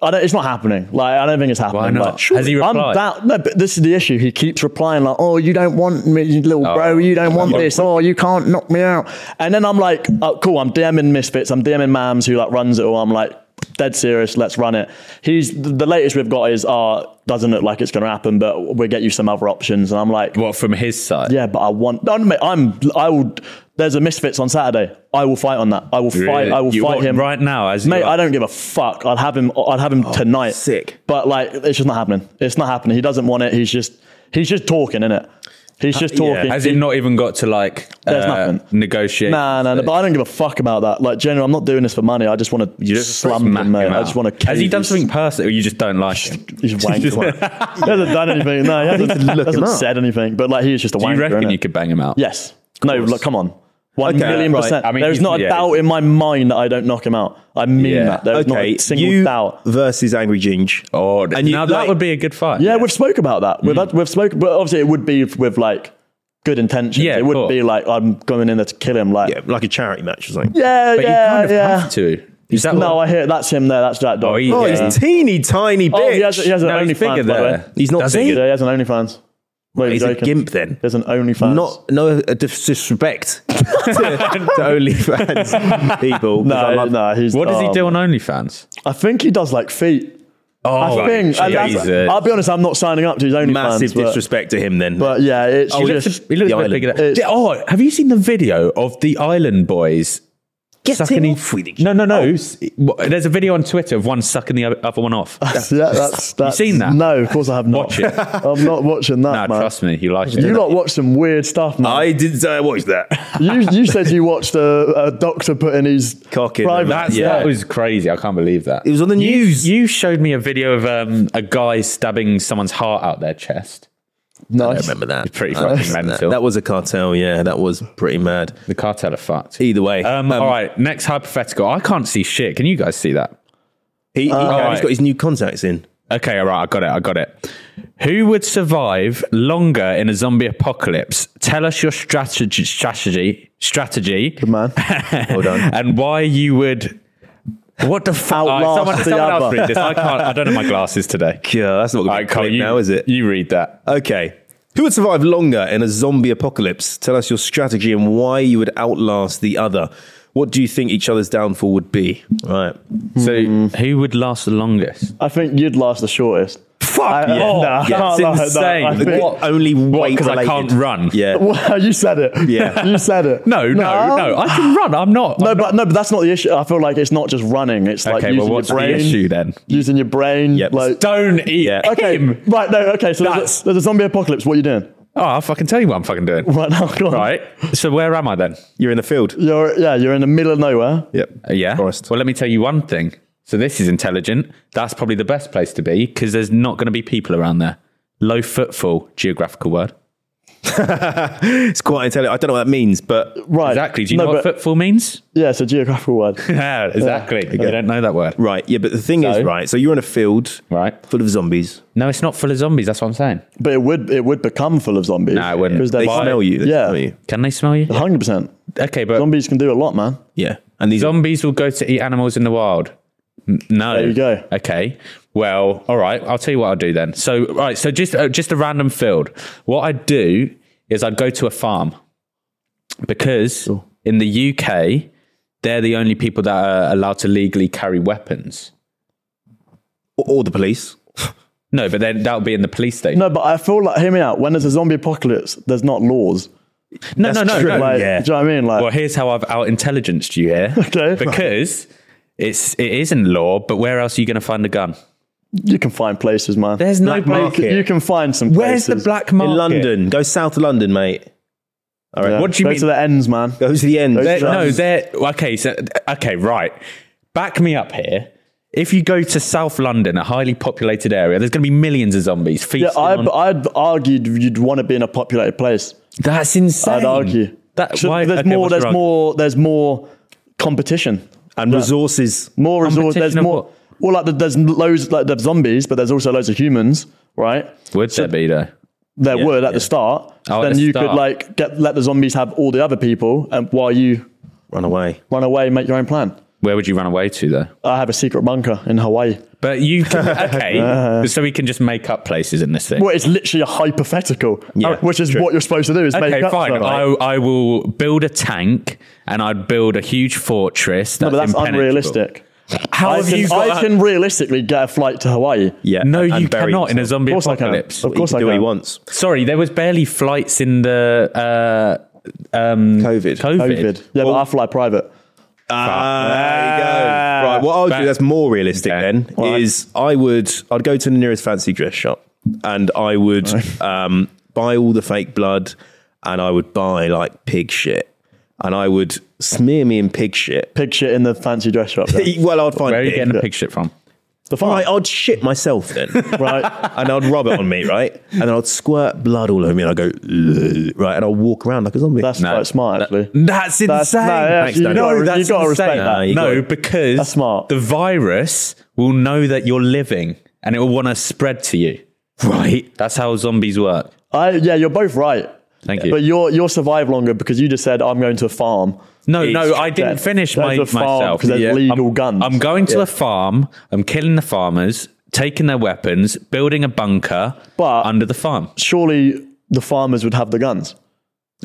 C: I don't, it's not happening. Like I don't think it's happening.
B: not?
C: Like,
B: Has he
C: I'm
B: replied?
C: doubt, no, but this is the issue. He keeps replying like, "Oh, you don't want me, you little
B: Oh,
C: bro. You don't
B: come
C: want
B: on.
C: this. Oh, you can't knock me out." And then I'm like, oh, "Cool, I'm DMing misfits. I'm DMing mams who like runs it all. I'm like, dead serious. Let's run it." He's the the latest we've got is, "Ah, doesn't look like it's going to happen, but we'll get you some other options." And I'm like,
B: What from his side?
C: yeah, but I want. No, no, mate, I'm. I will. There's a misfits on Saturday. I will fight on that. I will fight.
B: Really?
C: I will
B: You
C: fight
B: want
C: him
B: right now as you
C: mate.
B: are- Oh,
C: I don't give a fuck. I'd have him. I'd have him tonight.
A: sick.
C: But like, it's just not happening. It's not happening. He doesn't want it. He's just. He's just talking, innit? He's just talking.
B: Has it not even got to like
C: There's
B: uh,
C: nothing.
B: negotiate?
C: Nah, nah, nah, but I don't give a fuck about that. Like, generally, I'm not doing this for money. I just want to slum
B: smack
C: him, mate.
B: him
C: I
B: out.
C: just want to.
B: Has he done something personal? You just don't like him. Do
C: He's a wanker. he hasn't done anything. No, he hasn't,
A: look him
C: hasn't
A: up.
C: said anything. But like, he's just a wanker.
B: you reckon
C: innit?
B: you could bang him out?
C: Yes. No, look, come on. One
A: Okay,
C: million
A: right.
C: percent.
B: I mean,
C: There's
B: he's-
C: not a
B: yeah,
C: doubt
B: he's-
C: in my mind that I don't knock him out. I mean
B: Yeah.
C: that. There's not
A: okay,
C: a single
A: you
C: doubt.
A: versus Angry Ginge.
B: Oh,
A: And you-
B: now
A: like-
B: that would be a good fight.
C: Yeah, we've spoke about that.
B: Mm.
C: We've, had- we've spoken, but obviously it would be with like good intentions.
B: Yeah,
C: it
B: of
C: wouldn't
B: course.
C: be like I'm going in there to kill him. Like,
A: Yeah, like a charity match or something.
C: yeah,
B: but
C: yeah,
B: you kind of
C: yeah.
B: have to. Is that
C: No,
B: what?
C: I hear that's him there. That's Jack Dog.
B: Oh, he-
A: Oh,
B: yeah.
A: he's teeny tiny bitch.
C: Oh, he has, he has an
B: No, he's
C: OnlyFans.
B: bigger
C: by the way.
B: there.
A: He's not
B: Does he?
A: big.
C: Yeah, he has an OnlyFans. Wait,
A: He's a gimp then.
C: There's an OnlyFans.
A: Not no uh, dis- disrespect to, to OnlyFans people. 'cause
C: no,
A: I love-
C: no. He's
B: What does he
C: um,
B: do on OnlyFans?
C: I think he does like feet.
B: Oh,
C: I think. and that's-
B: Jesus.
C: I'll be honest. I'm not signing up to his OnlyFans.
A: massive
C: but-
A: disrespect to him then.
C: But yeah, it's
B: He looks,
C: just
B: a, he looks
A: the
B: a bit
A: island.
B: bigger. than-
C: It's-
B: oh, have you seen the video of the Island Boys
A: Get
B: sucking?
A: him
B: each-
A: off with it.
B: no, no, no. S- what- There's a video on Twitter of one sucking the other other one off.
C: yeah, that's, that's
B: seen that?
C: No, of course I have not.
B: Watch it.
C: I'm not watching
B: nah,
C: that, man.
B: trust me, you like it.
C: You lot watch some weird stuff, man.
A: I didn't say I watched that.
C: you, you said you watched a, a doctor putting his
A: Cock in
C: private.
A: him.
B: That's,
A: Yeah.
B: That was crazy. I can't believe that.
A: It was on the
B: You-
A: news.
B: You, showed me a video of um, a guy stabbing someone's heart out their chest.
A: I
C: Nice.
A: don't remember that.
B: Pretty
A: I don't
B: fucking
A: remember
B: mental.
A: That. that was a cartel. Yeah, that was pretty mad.
B: The cartel are fucked.
A: Either way,
B: Um,
A: um,
B: all right, next hypothetical. I can't see shit. Can you guys see that?
A: He, he,
B: all
A: has
B: right.
A: got his new contacts in.
B: Okay, all right, I got it. I got it. Who would survive longer in a zombie apocalypse? Tell us your strategy, strategy, strategy. Good
C: man.
A: Hold on.
B: and why you would. What the fuck?
C: Outlast
B: someone
C: the
B: someone else
C: other.
B: read this. I can't. I don't have my glasses today.
A: Yeah, that's not
B: All
A: going
B: right,
A: to be
B: Cole,
A: clean
B: you,
A: now, is it?
B: You read that.
A: Okay. Who would survive longer in a zombie apocalypse? Tell us your strategy and why you would outlast the other. What do you think each other's downfall would be? Right. Hmm.
B: So, who would last the longest?
C: I think you'd last the shortest.
A: Fuck
C: I-
A: yeah.
C: oh, nah, I
A: yeah.
C: can't
A: It's
C: lie, nah,
A: insane.
C: I think-
A: What- Only
B: What,
A: weight
B: 'cause I
A: related.
B: can't run?
A: Yeah.
C: Wow, you said it.
A: Yeah.
C: you said it.
B: No, no, no. I can run. I'm not.
C: No, but no, but that's not the issue. I feel like it's not just running. It's like
B: okay,
C: using
B: well, what's
C: your
B: the
C: brain.
B: issue then?
C: Using your brain.
A: Yep.
C: Like
B: Don't eat
A: Yeah.
C: okay,
B: him.
C: right? No, okay. So there's
B: That's-
C: a, there's a zombie apocalypse. What are you doing
B: Oh, I'll fucking tell you what I'm fucking doing.
C: right now? Go on.
B: Right. So where am I then?
A: You're in the field.
C: You're yeah. You're in the middle of nowhere.
A: Yep.
B: Uh, yeah.
A: Forest.
B: Well, let me tell you one thing. So this is intelligent. That's probably the best place to be because there's not going to be people around there. Low footfall, geographical word.
A: it's quite intelligent. I don't know what that means, but
C: Right.
B: Exactly. Do you
C: No,
B: know what
C: but-
B: footfall means?
C: Yeah, it's a geographical word.
B: Yeah, exactly. You don't know that word.
A: right. Yeah, but the thing is,
B: So?
A: right. So you're in a field,
B: Right.
A: full of zombies.
B: No, it's not full of zombies. That's what I'm saying.
C: But it would it would become full of zombies.
B: No, it wouldn't.
C: Because
A: They
C: they're-
A: smell you. They
C: Yeah.
A: smell you.
B: Can they smell you?
C: 100%.
B: Okay, but
C: Zombies can do a lot, man.
A: Yeah. And these
B: zombies will go to eat animals in the wild. N- No.
C: There you go.
B: Okay. Well, all right. I'll tell you what I'll do then. So, all right. So just uh, just a random field. What I'd do is I'd go to a farm because in the UK they're the only people that are allowed to legally carry weapons.
A: or, or the police.
B: No, but then that'll be in the police station.
C: No, but I feel like, hear me out. When there's a zombie apocalypse, there's not laws.
B: no, no,
A: that's
B: no.
A: true.
B: no.
C: Like,
A: yeah.
C: Do you know what I mean? Like,
B: Well, here's how I've out intelligenced you here.
C: Uh, Okay.
B: Because it's it is in law, but where else are you going to find a gun?
C: you can find places, man.
B: There's no
A: Black
B: place-
A: market.
C: You can find some
B: Where's
C: places.
B: the black market
A: In London. Go south of London, mate. All right.
C: Yeah.
B: What do you
C: Go
B: mean?
C: to the ends, man.
A: Go to the end.
C: Those
B: They're- no,
C: drugs.
B: they're okay. So okay, right. Back me up here. If you go to South London, a highly populated area, there's going to be millions of zombies feasting.
C: Yeah, I,
B: on-
C: I'd argued you'd want to be in a populated place.
B: that's insane.
C: I'd argue.
B: That,
C: Should-
B: why,
C: there's
B: okay,
C: more.
B: what's
C: There's
B: wrong?
C: more. There's more competition.
A: and resources.
C: More resource.
B: Competition
C: There's
B: of
C: more.
B: what?
C: Well, like there's loads like there's zombies, but there's also loads of humans, right?
B: Would there be though?
C: There were at the start.
B: Oh, at
C: then
B: the
C: you
B: start.
C: could like get let the zombies have all the other people, and while you
A: Run away.
C: run away, make your own plan.
B: Where would you run away to though?
C: I have a secret bunker in Hawaii.
B: But you can,
C: Uh-huh.
B: okay? so we can just make up places in this thing.
C: Well, it's literally a hypothetical, uh,
A: Yeah,
C: which is
A: true.
C: what you're supposed to do. Is
B: Okay,
C: make up
B: fine.
C: something.
B: I, I will build a tank and I'd build a huge fortress. That's
C: no, but that's
B: impenetrable.
C: unrealistic.
B: How
C: I
B: have
C: can,
B: you got?
C: I can realistically get a flight to Hawaii.
A: Yeah.
B: no,
A: and- and
B: you
A: bury
B: cannot in a
A: himself.
B: zombie
C: Of course I can.
B: apocalypse.
C: Of
A: He
C: course
A: can
C: I
A: do what he
C: can.
A: wants.
B: Sorry, there was barely flights in the uh, um,
A: COVID.
B: COVID.
C: COVID. Yeah, but I fly private.
A: Ah, there you go. Right, what I'll
B: Back-
A: do that's more realistic
B: Okay.
A: then
C: All right.
A: is I would I'd go to the nearest fancy dress shop and I would um, buy all the fake blood and I would buy like pig shit and I would smear me in pig shit.
C: Pig shit in the fancy dress shop. then.
A: well, I'd find
B: Where are you
A: pig.
B: getting the pig shit from?
C: the
A: All
C: farm,
A: right, I'd shit myself then.
C: right?
A: and I'd rub it on me, right? And I'd squirt blood all over me and I'd go, "Ugh," right? And I'd walk around like a zombie.
C: That's
B: No.
C: quite smart, actually.
B: That's insane.
C: That's- no, yeah,
A: you
B: no,
C: gotta-
B: that's
C: you gotta respect
B: insane.
C: that.
A: You
B: no,
A: gotta-
B: because
C: That's smart.
B: the virus will know that you're living and it will want to spread to you. Right. That's how zombies work.
C: I, yeah, you're both right.
B: Thank you.
C: But you'll you'll survive longer because you just said I'm going to a farm.
B: No,
C: It's-
B: no, I didn't
C: there's-
B: finish
C: there's
B: my,
C: a farm
B: myself.
C: 'cause there's legal
B: I'm,
C: guns.
B: I'm going to a farm. I'm killing the farmers, taking their weapons, building a bunker
C: But-
B: under the farm.
C: Surely the farmers would have the guns,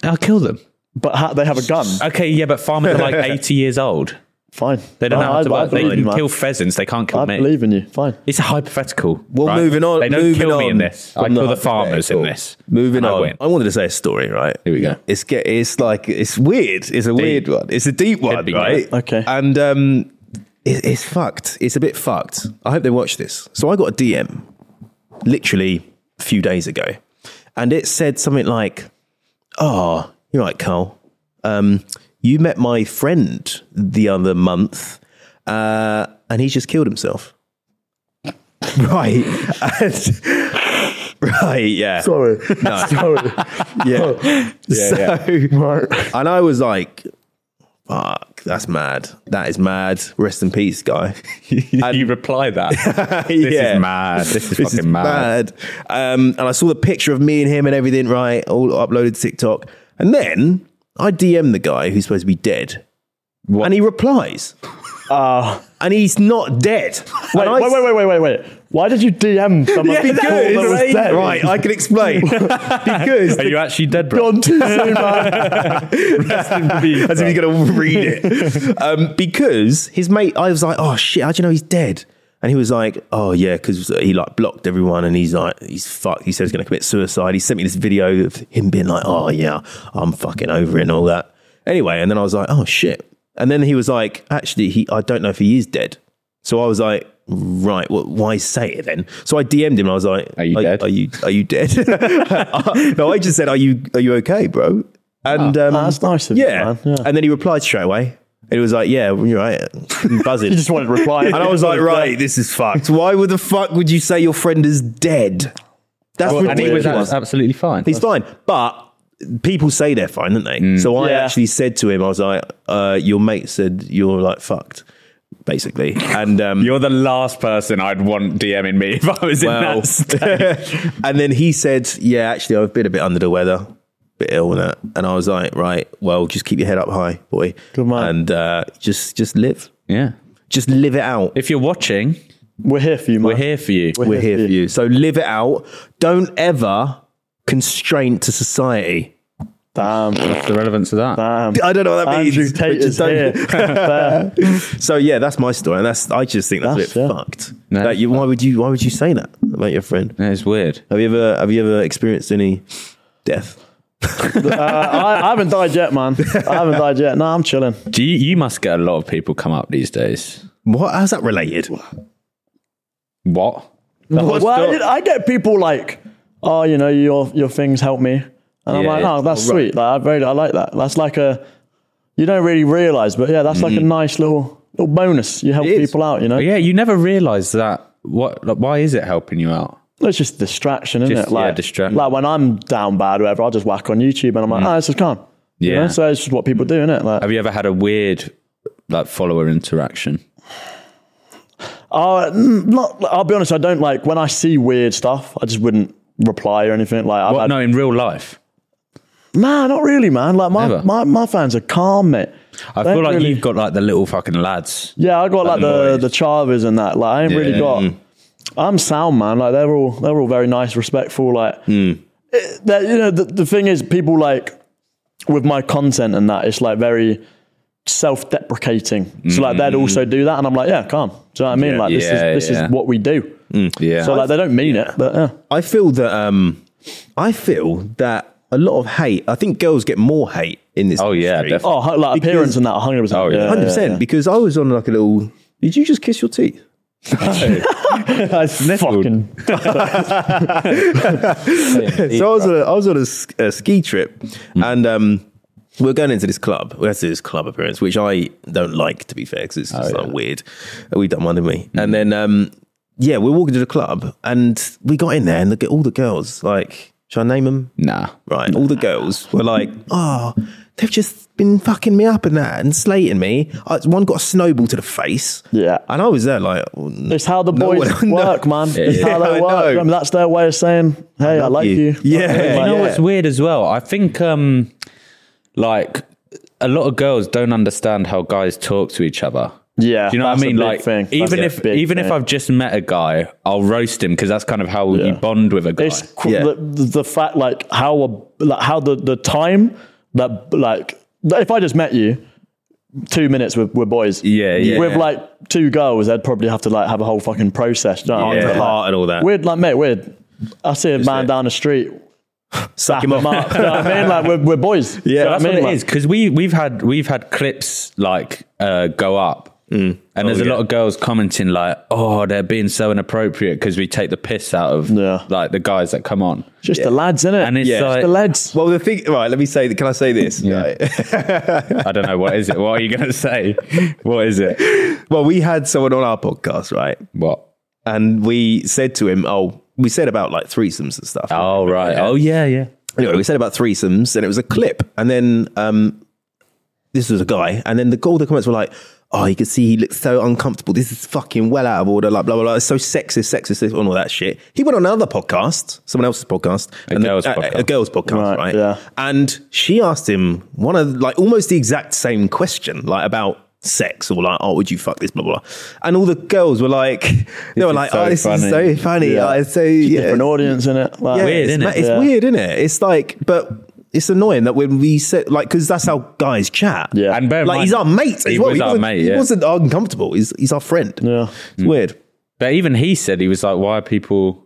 B: I'll kill them.
C: but ha- they have a gun.
B: Okay, yeah, but farmers are like 80 years old.
C: Fine.
B: They don't
C: No,
B: know how
C: I,
B: to
C: I
B: work. They
C: believe you,
B: can
C: man.
B: kill pheasants. They can't kill
C: I
B: me.
C: believe in you. Fine.
B: It's a hypothetical.
A: Well,
B: right?
A: moving on.
B: They don't
A: moving
B: kill
A: on
B: me in this. I
A: from
B: kill the farmers in
A: hypothetical.
B: this.
A: Moving
B: And I
A: on. I,
B: win.
A: wanted to say a story, right?
B: Here we go.
A: It's get. It's like it's weird. It's a weird one. It's a deep one,
B: be
A: right?
C: good. Okay.
A: And um, it, it's fucked. It's a bit fucked. I hope they watch this. So I got a DM, literally a few days ago, and it said something like, "Ah, you're right, Carl. Um, you met my friend the other month, uh, and he's just killed himself." right. And
B: Right, yeah.
C: Sorry. Sorry.
A: Yeah.
B: Yeah, yeah.
A: so,
C: Right.
A: and I was like, fuck, that's mad. That is mad. Rest in peace, guy.
B: you reply that. This
A: Yeah.
B: is mad. This is fucking
A: mad.
B: mad.
A: Um, and I saw the picture of me and him and everything, right? All uploaded to TikTok. And then I DM the guy who's supposed to be dead. And he replies.
C: Ah,
A: and he's not dead.
C: Wait,
A: And I-
C: wait, wait, wait, wait, wait, wait. Why did you DM someone
A: Yeah,
C: that you thought that was
A: because,
C: dead?
A: right, I can explain. because
B: Are you actually dead, bro?
C: Gone too soon, man.
A: As if you're going to read it. um, because his mate, I was like, oh shit, how do you know he's dead? And he was like, oh yeah, because he like blocked everyone and he's like, he's fucked. He said he's going to commit suicide. He sent me this video of him being like, oh yeah, I'm fucking over it and all that. Anyway, and then I was like, oh shit. And then he was like, actually, he, I don't know if he is dead. So I was like, right, well, why say it then? So I DM'd him. I was like,
B: Are you dead?
A: Are you are you dead? no, I just said, are you are you okay, bro? And um,
C: Ah, that's nice of you,
A: yeah.
C: man. Yeah.
A: And then he replied straight away. It was like, yeah, you're right. I'm buzzing.
C: You just wanted to reply.
A: and I was like, right, this is fucked. Why would the fuck would you say your friend is dead? That's
C: Well,
B: And he was
A: ridiculous.
C: Weird.
B: absolutely fine.
A: He's fine, but people say they're fine, don't they? So I
C: Yeah.
A: actually said to him, I was like, uh, your mate said you're like fucked, basically. And um,
B: You're the last person I'd want DMing me if I was in
A: well,
B: that state.
A: and then he said, yeah, actually, I've been a bit under the weather. Bit ill and that, and I was like, right, well, just keep your head up high, boy,
C: Good man.
A: and uh, just just live.
B: yeah.
A: just live it out.
B: If you're watching,
C: We're here for you, man.
B: we're here for you.
A: We're here for you. So live it out. Don't ever constrain to society.
C: Damn.
B: What's the relevance of that?
A: I don't know what that
C: Andrew
A: means. but
C: Tate is
A: just don't-
C: here. Fair.
A: So yeah, that's my story, and that's I just think that's,
C: That's-
A: a bit
C: yeah.
A: fucked.
B: No.
A: Like, you, why would you? Why would you say that about your friend?
B: Yeah, it's weird.
A: Have you ever? Have you ever experienced any death?
C: Uh, I, I haven't died yet, man. I haven't died yet. No, I'm chilling.
B: Do you, you must get a lot of people come up these days.
A: What? How's that related?
B: What?
A: What's
C: Well,
A: the-
C: I, did, I get people like, oh, you know, your your things help me, and I'm
B: Yeah.
C: like, oh, that's
A: Oh, right.
C: sweet. Like, I really, I like that. That's like a, you don't really realize, but yeah, that's
B: Mm-hmm.
C: like a nice little little bonus. You help
A: It is.
C: people out, you know.
B: But Oh, yeah, you never realise that. What? Like, why is it helping you out?
C: It's just distraction, isn't
B: Just,
C: it?
B: yeah,
C: Like
B: distraction.
C: Like when I'm down bad, or whatever, I'll just whack on YouTube, and I'm like, oh, this is calm. You
B: Mm. Yeah.
C: know? So it's just what people do, isn't it? Like,
B: Have you ever had a weird like follower interaction?
C: Uh, mm, not, I'll be honest, I don't like when I see weird stuff, I just wouldn't reply or anything. Like, I've
B: What?
C: had,
B: No, in real life.
C: nah, not really, man. Like, my,
B: Never.
C: my, my fans are calm, mate.
B: I
C: Don't
B: feel like
C: really-
B: you've got like the little fucking lads.
C: Yeah, I got like
B: the
C: the,
B: boys.
C: the Chavez and that. Like, I ain't really
B: Yeah.
C: got. I'm sound, man. Like, they're all, they're all very nice, respectful. Like,
B: Hmm.
C: It- that, you know, the, the thing is, people like with my content and that, it's like very self deprecating. So, like, they'd also do that. And I'm like, yeah, calm. Do you know what I mean?
B: Hmm. Yeah.
C: Like, this,
B: Yeah,
C: is, this
B: yeah. Hmm.
C: is what we do.
B: Yeah.
C: So, like, they don't mean it, but yeah.
A: I feel that. Um, I feel that a lot of hate. I think girls get more hate in this.
B: Oh, yeah,
A: industry.
B: definitely.
C: Oh, hu- like appearance and that, 100%.
B: Oh, yeah.
A: hundred percent. Because I was on like a little. Did you just kiss your teeth?
C: That's fucking.
A: so I was on a, I was on a, s- a ski trip,
B: Mm.
A: and um, we were going into this club. We had to do this club appearance, which I don't like to be fair, because
B: Oh,
A: it's just like weird. We done one, didn't we?
B: Mm.
A: And then um, yeah, we're walking to the club, and we got in there, and the, all the girls like. Should I name them?
B: Nah.
A: Right. All the girls were like, oh, they've just been fucking me up and that and slating me. I, one got a snowball to the face.
C: Yeah.
A: And I was there like, oh, n-
C: It's how the
A: No
C: boys
A: one- no.
C: work, man. It's
A: Yeah,
C: how
A: I
C: they work.
A: know.
C: I mean, that's their way of saying, hey, I, like
A: you.
C: you.
A: Yeah.
C: Like,
A: You
B: You know
C: yeah.
B: what's weird as well? I think um like a lot of girls don't understand how guys talk to each other.
C: Yeah,
B: Do you know what I
C: that's a
B: mean?
C: big
B: Like
C: thing. That's
B: even
C: a
B: if
C: big
B: even if
C: thing.
B: I've just met a guy, I'll roast him because that's kind of how you bond with a guy.
C: It's cr-
A: Yeah.
C: the, the, the fact, like, how a, like, how the, the time that, like, that if I just met you, two minutes with, with boys.
B: Yeah, yeah.
C: With, like, two girls, they'd probably have to, like, have a whole fucking process. do You know what I mean?
A: Yeah.
C: But, like,
A: Heart and all that.
C: Weird, like, mate, weird. I see a man
A: it.
C: down the street.
A: suck
C: Him
A: him
C: up.
A: off.
C: you know what I mean? Like, we're, we're boys. Do you
A: Yeah,
C: know
B: that's
C: I mean?
B: what it
C: Like,
B: is because we we've had we've had clips like uh, go up,
C: Mm.
B: and
C: Oh,
B: there's a lot of girls commenting like, "Oh, they're being so inappropriate because we take the piss out of
C: Yeah.
B: like the guys that come on."
C: Just the lads, innit?
B: And it's
C: Just
B: like-
C: the lads.
A: Well, the thing, right? Let me say. Can I say this? Right.
B: I don't know what is it. What are you gonna say? What is it?
A: well, we had someone on our podcast, right?
B: What?
A: And we said to him, "Oh, we said about like threesomes and stuff.
B: Oh right. Oh yeah, yeah.
A: Anyway, we said about threesomes, and it was a clip, and then um, this was a guy, and then the all the comments were like, "Oh, you can see he looks so uncomfortable. This is fucking well out of order. Like blah blah blah. It's so sexist, sexist, this, and all that shit." He went on another podcast, someone else's podcast,
B: A
A: and
B: girl's
A: uh,
B: podcast.
A: a girl's podcast, right?
C: Right, yeah.
A: And she asked him one of like almost the exact same question, like about sex or like, oh, would you fuck this, blah blah. blah. And all the girls were like, they were
B: is
A: like,
B: so
A: oh, this is
B: funny.
A: so funny.
C: Yeah.
A: Oh, it's so
C: Different
A: yeah,
C: audience in it. Like,
A: yeah,
B: Weird,
A: it's
B: innit?
A: ma- It's
C: Yeah.
A: weird, isn't it? It's like, but it's annoying that when we said, like, because that's how guys chat.
C: Yeah.
B: And bear in
A: like,
B: mind-
A: he's our mate. as
B: He
A: well.
B: was our
A: wasn't-
B: mate.
A: He
B: Yeah. Mm.
A: wasn't uncomfortable. He's, he's our friend.
C: Yeah.
A: It's weird.
B: But even he said he was like, "Why are people?"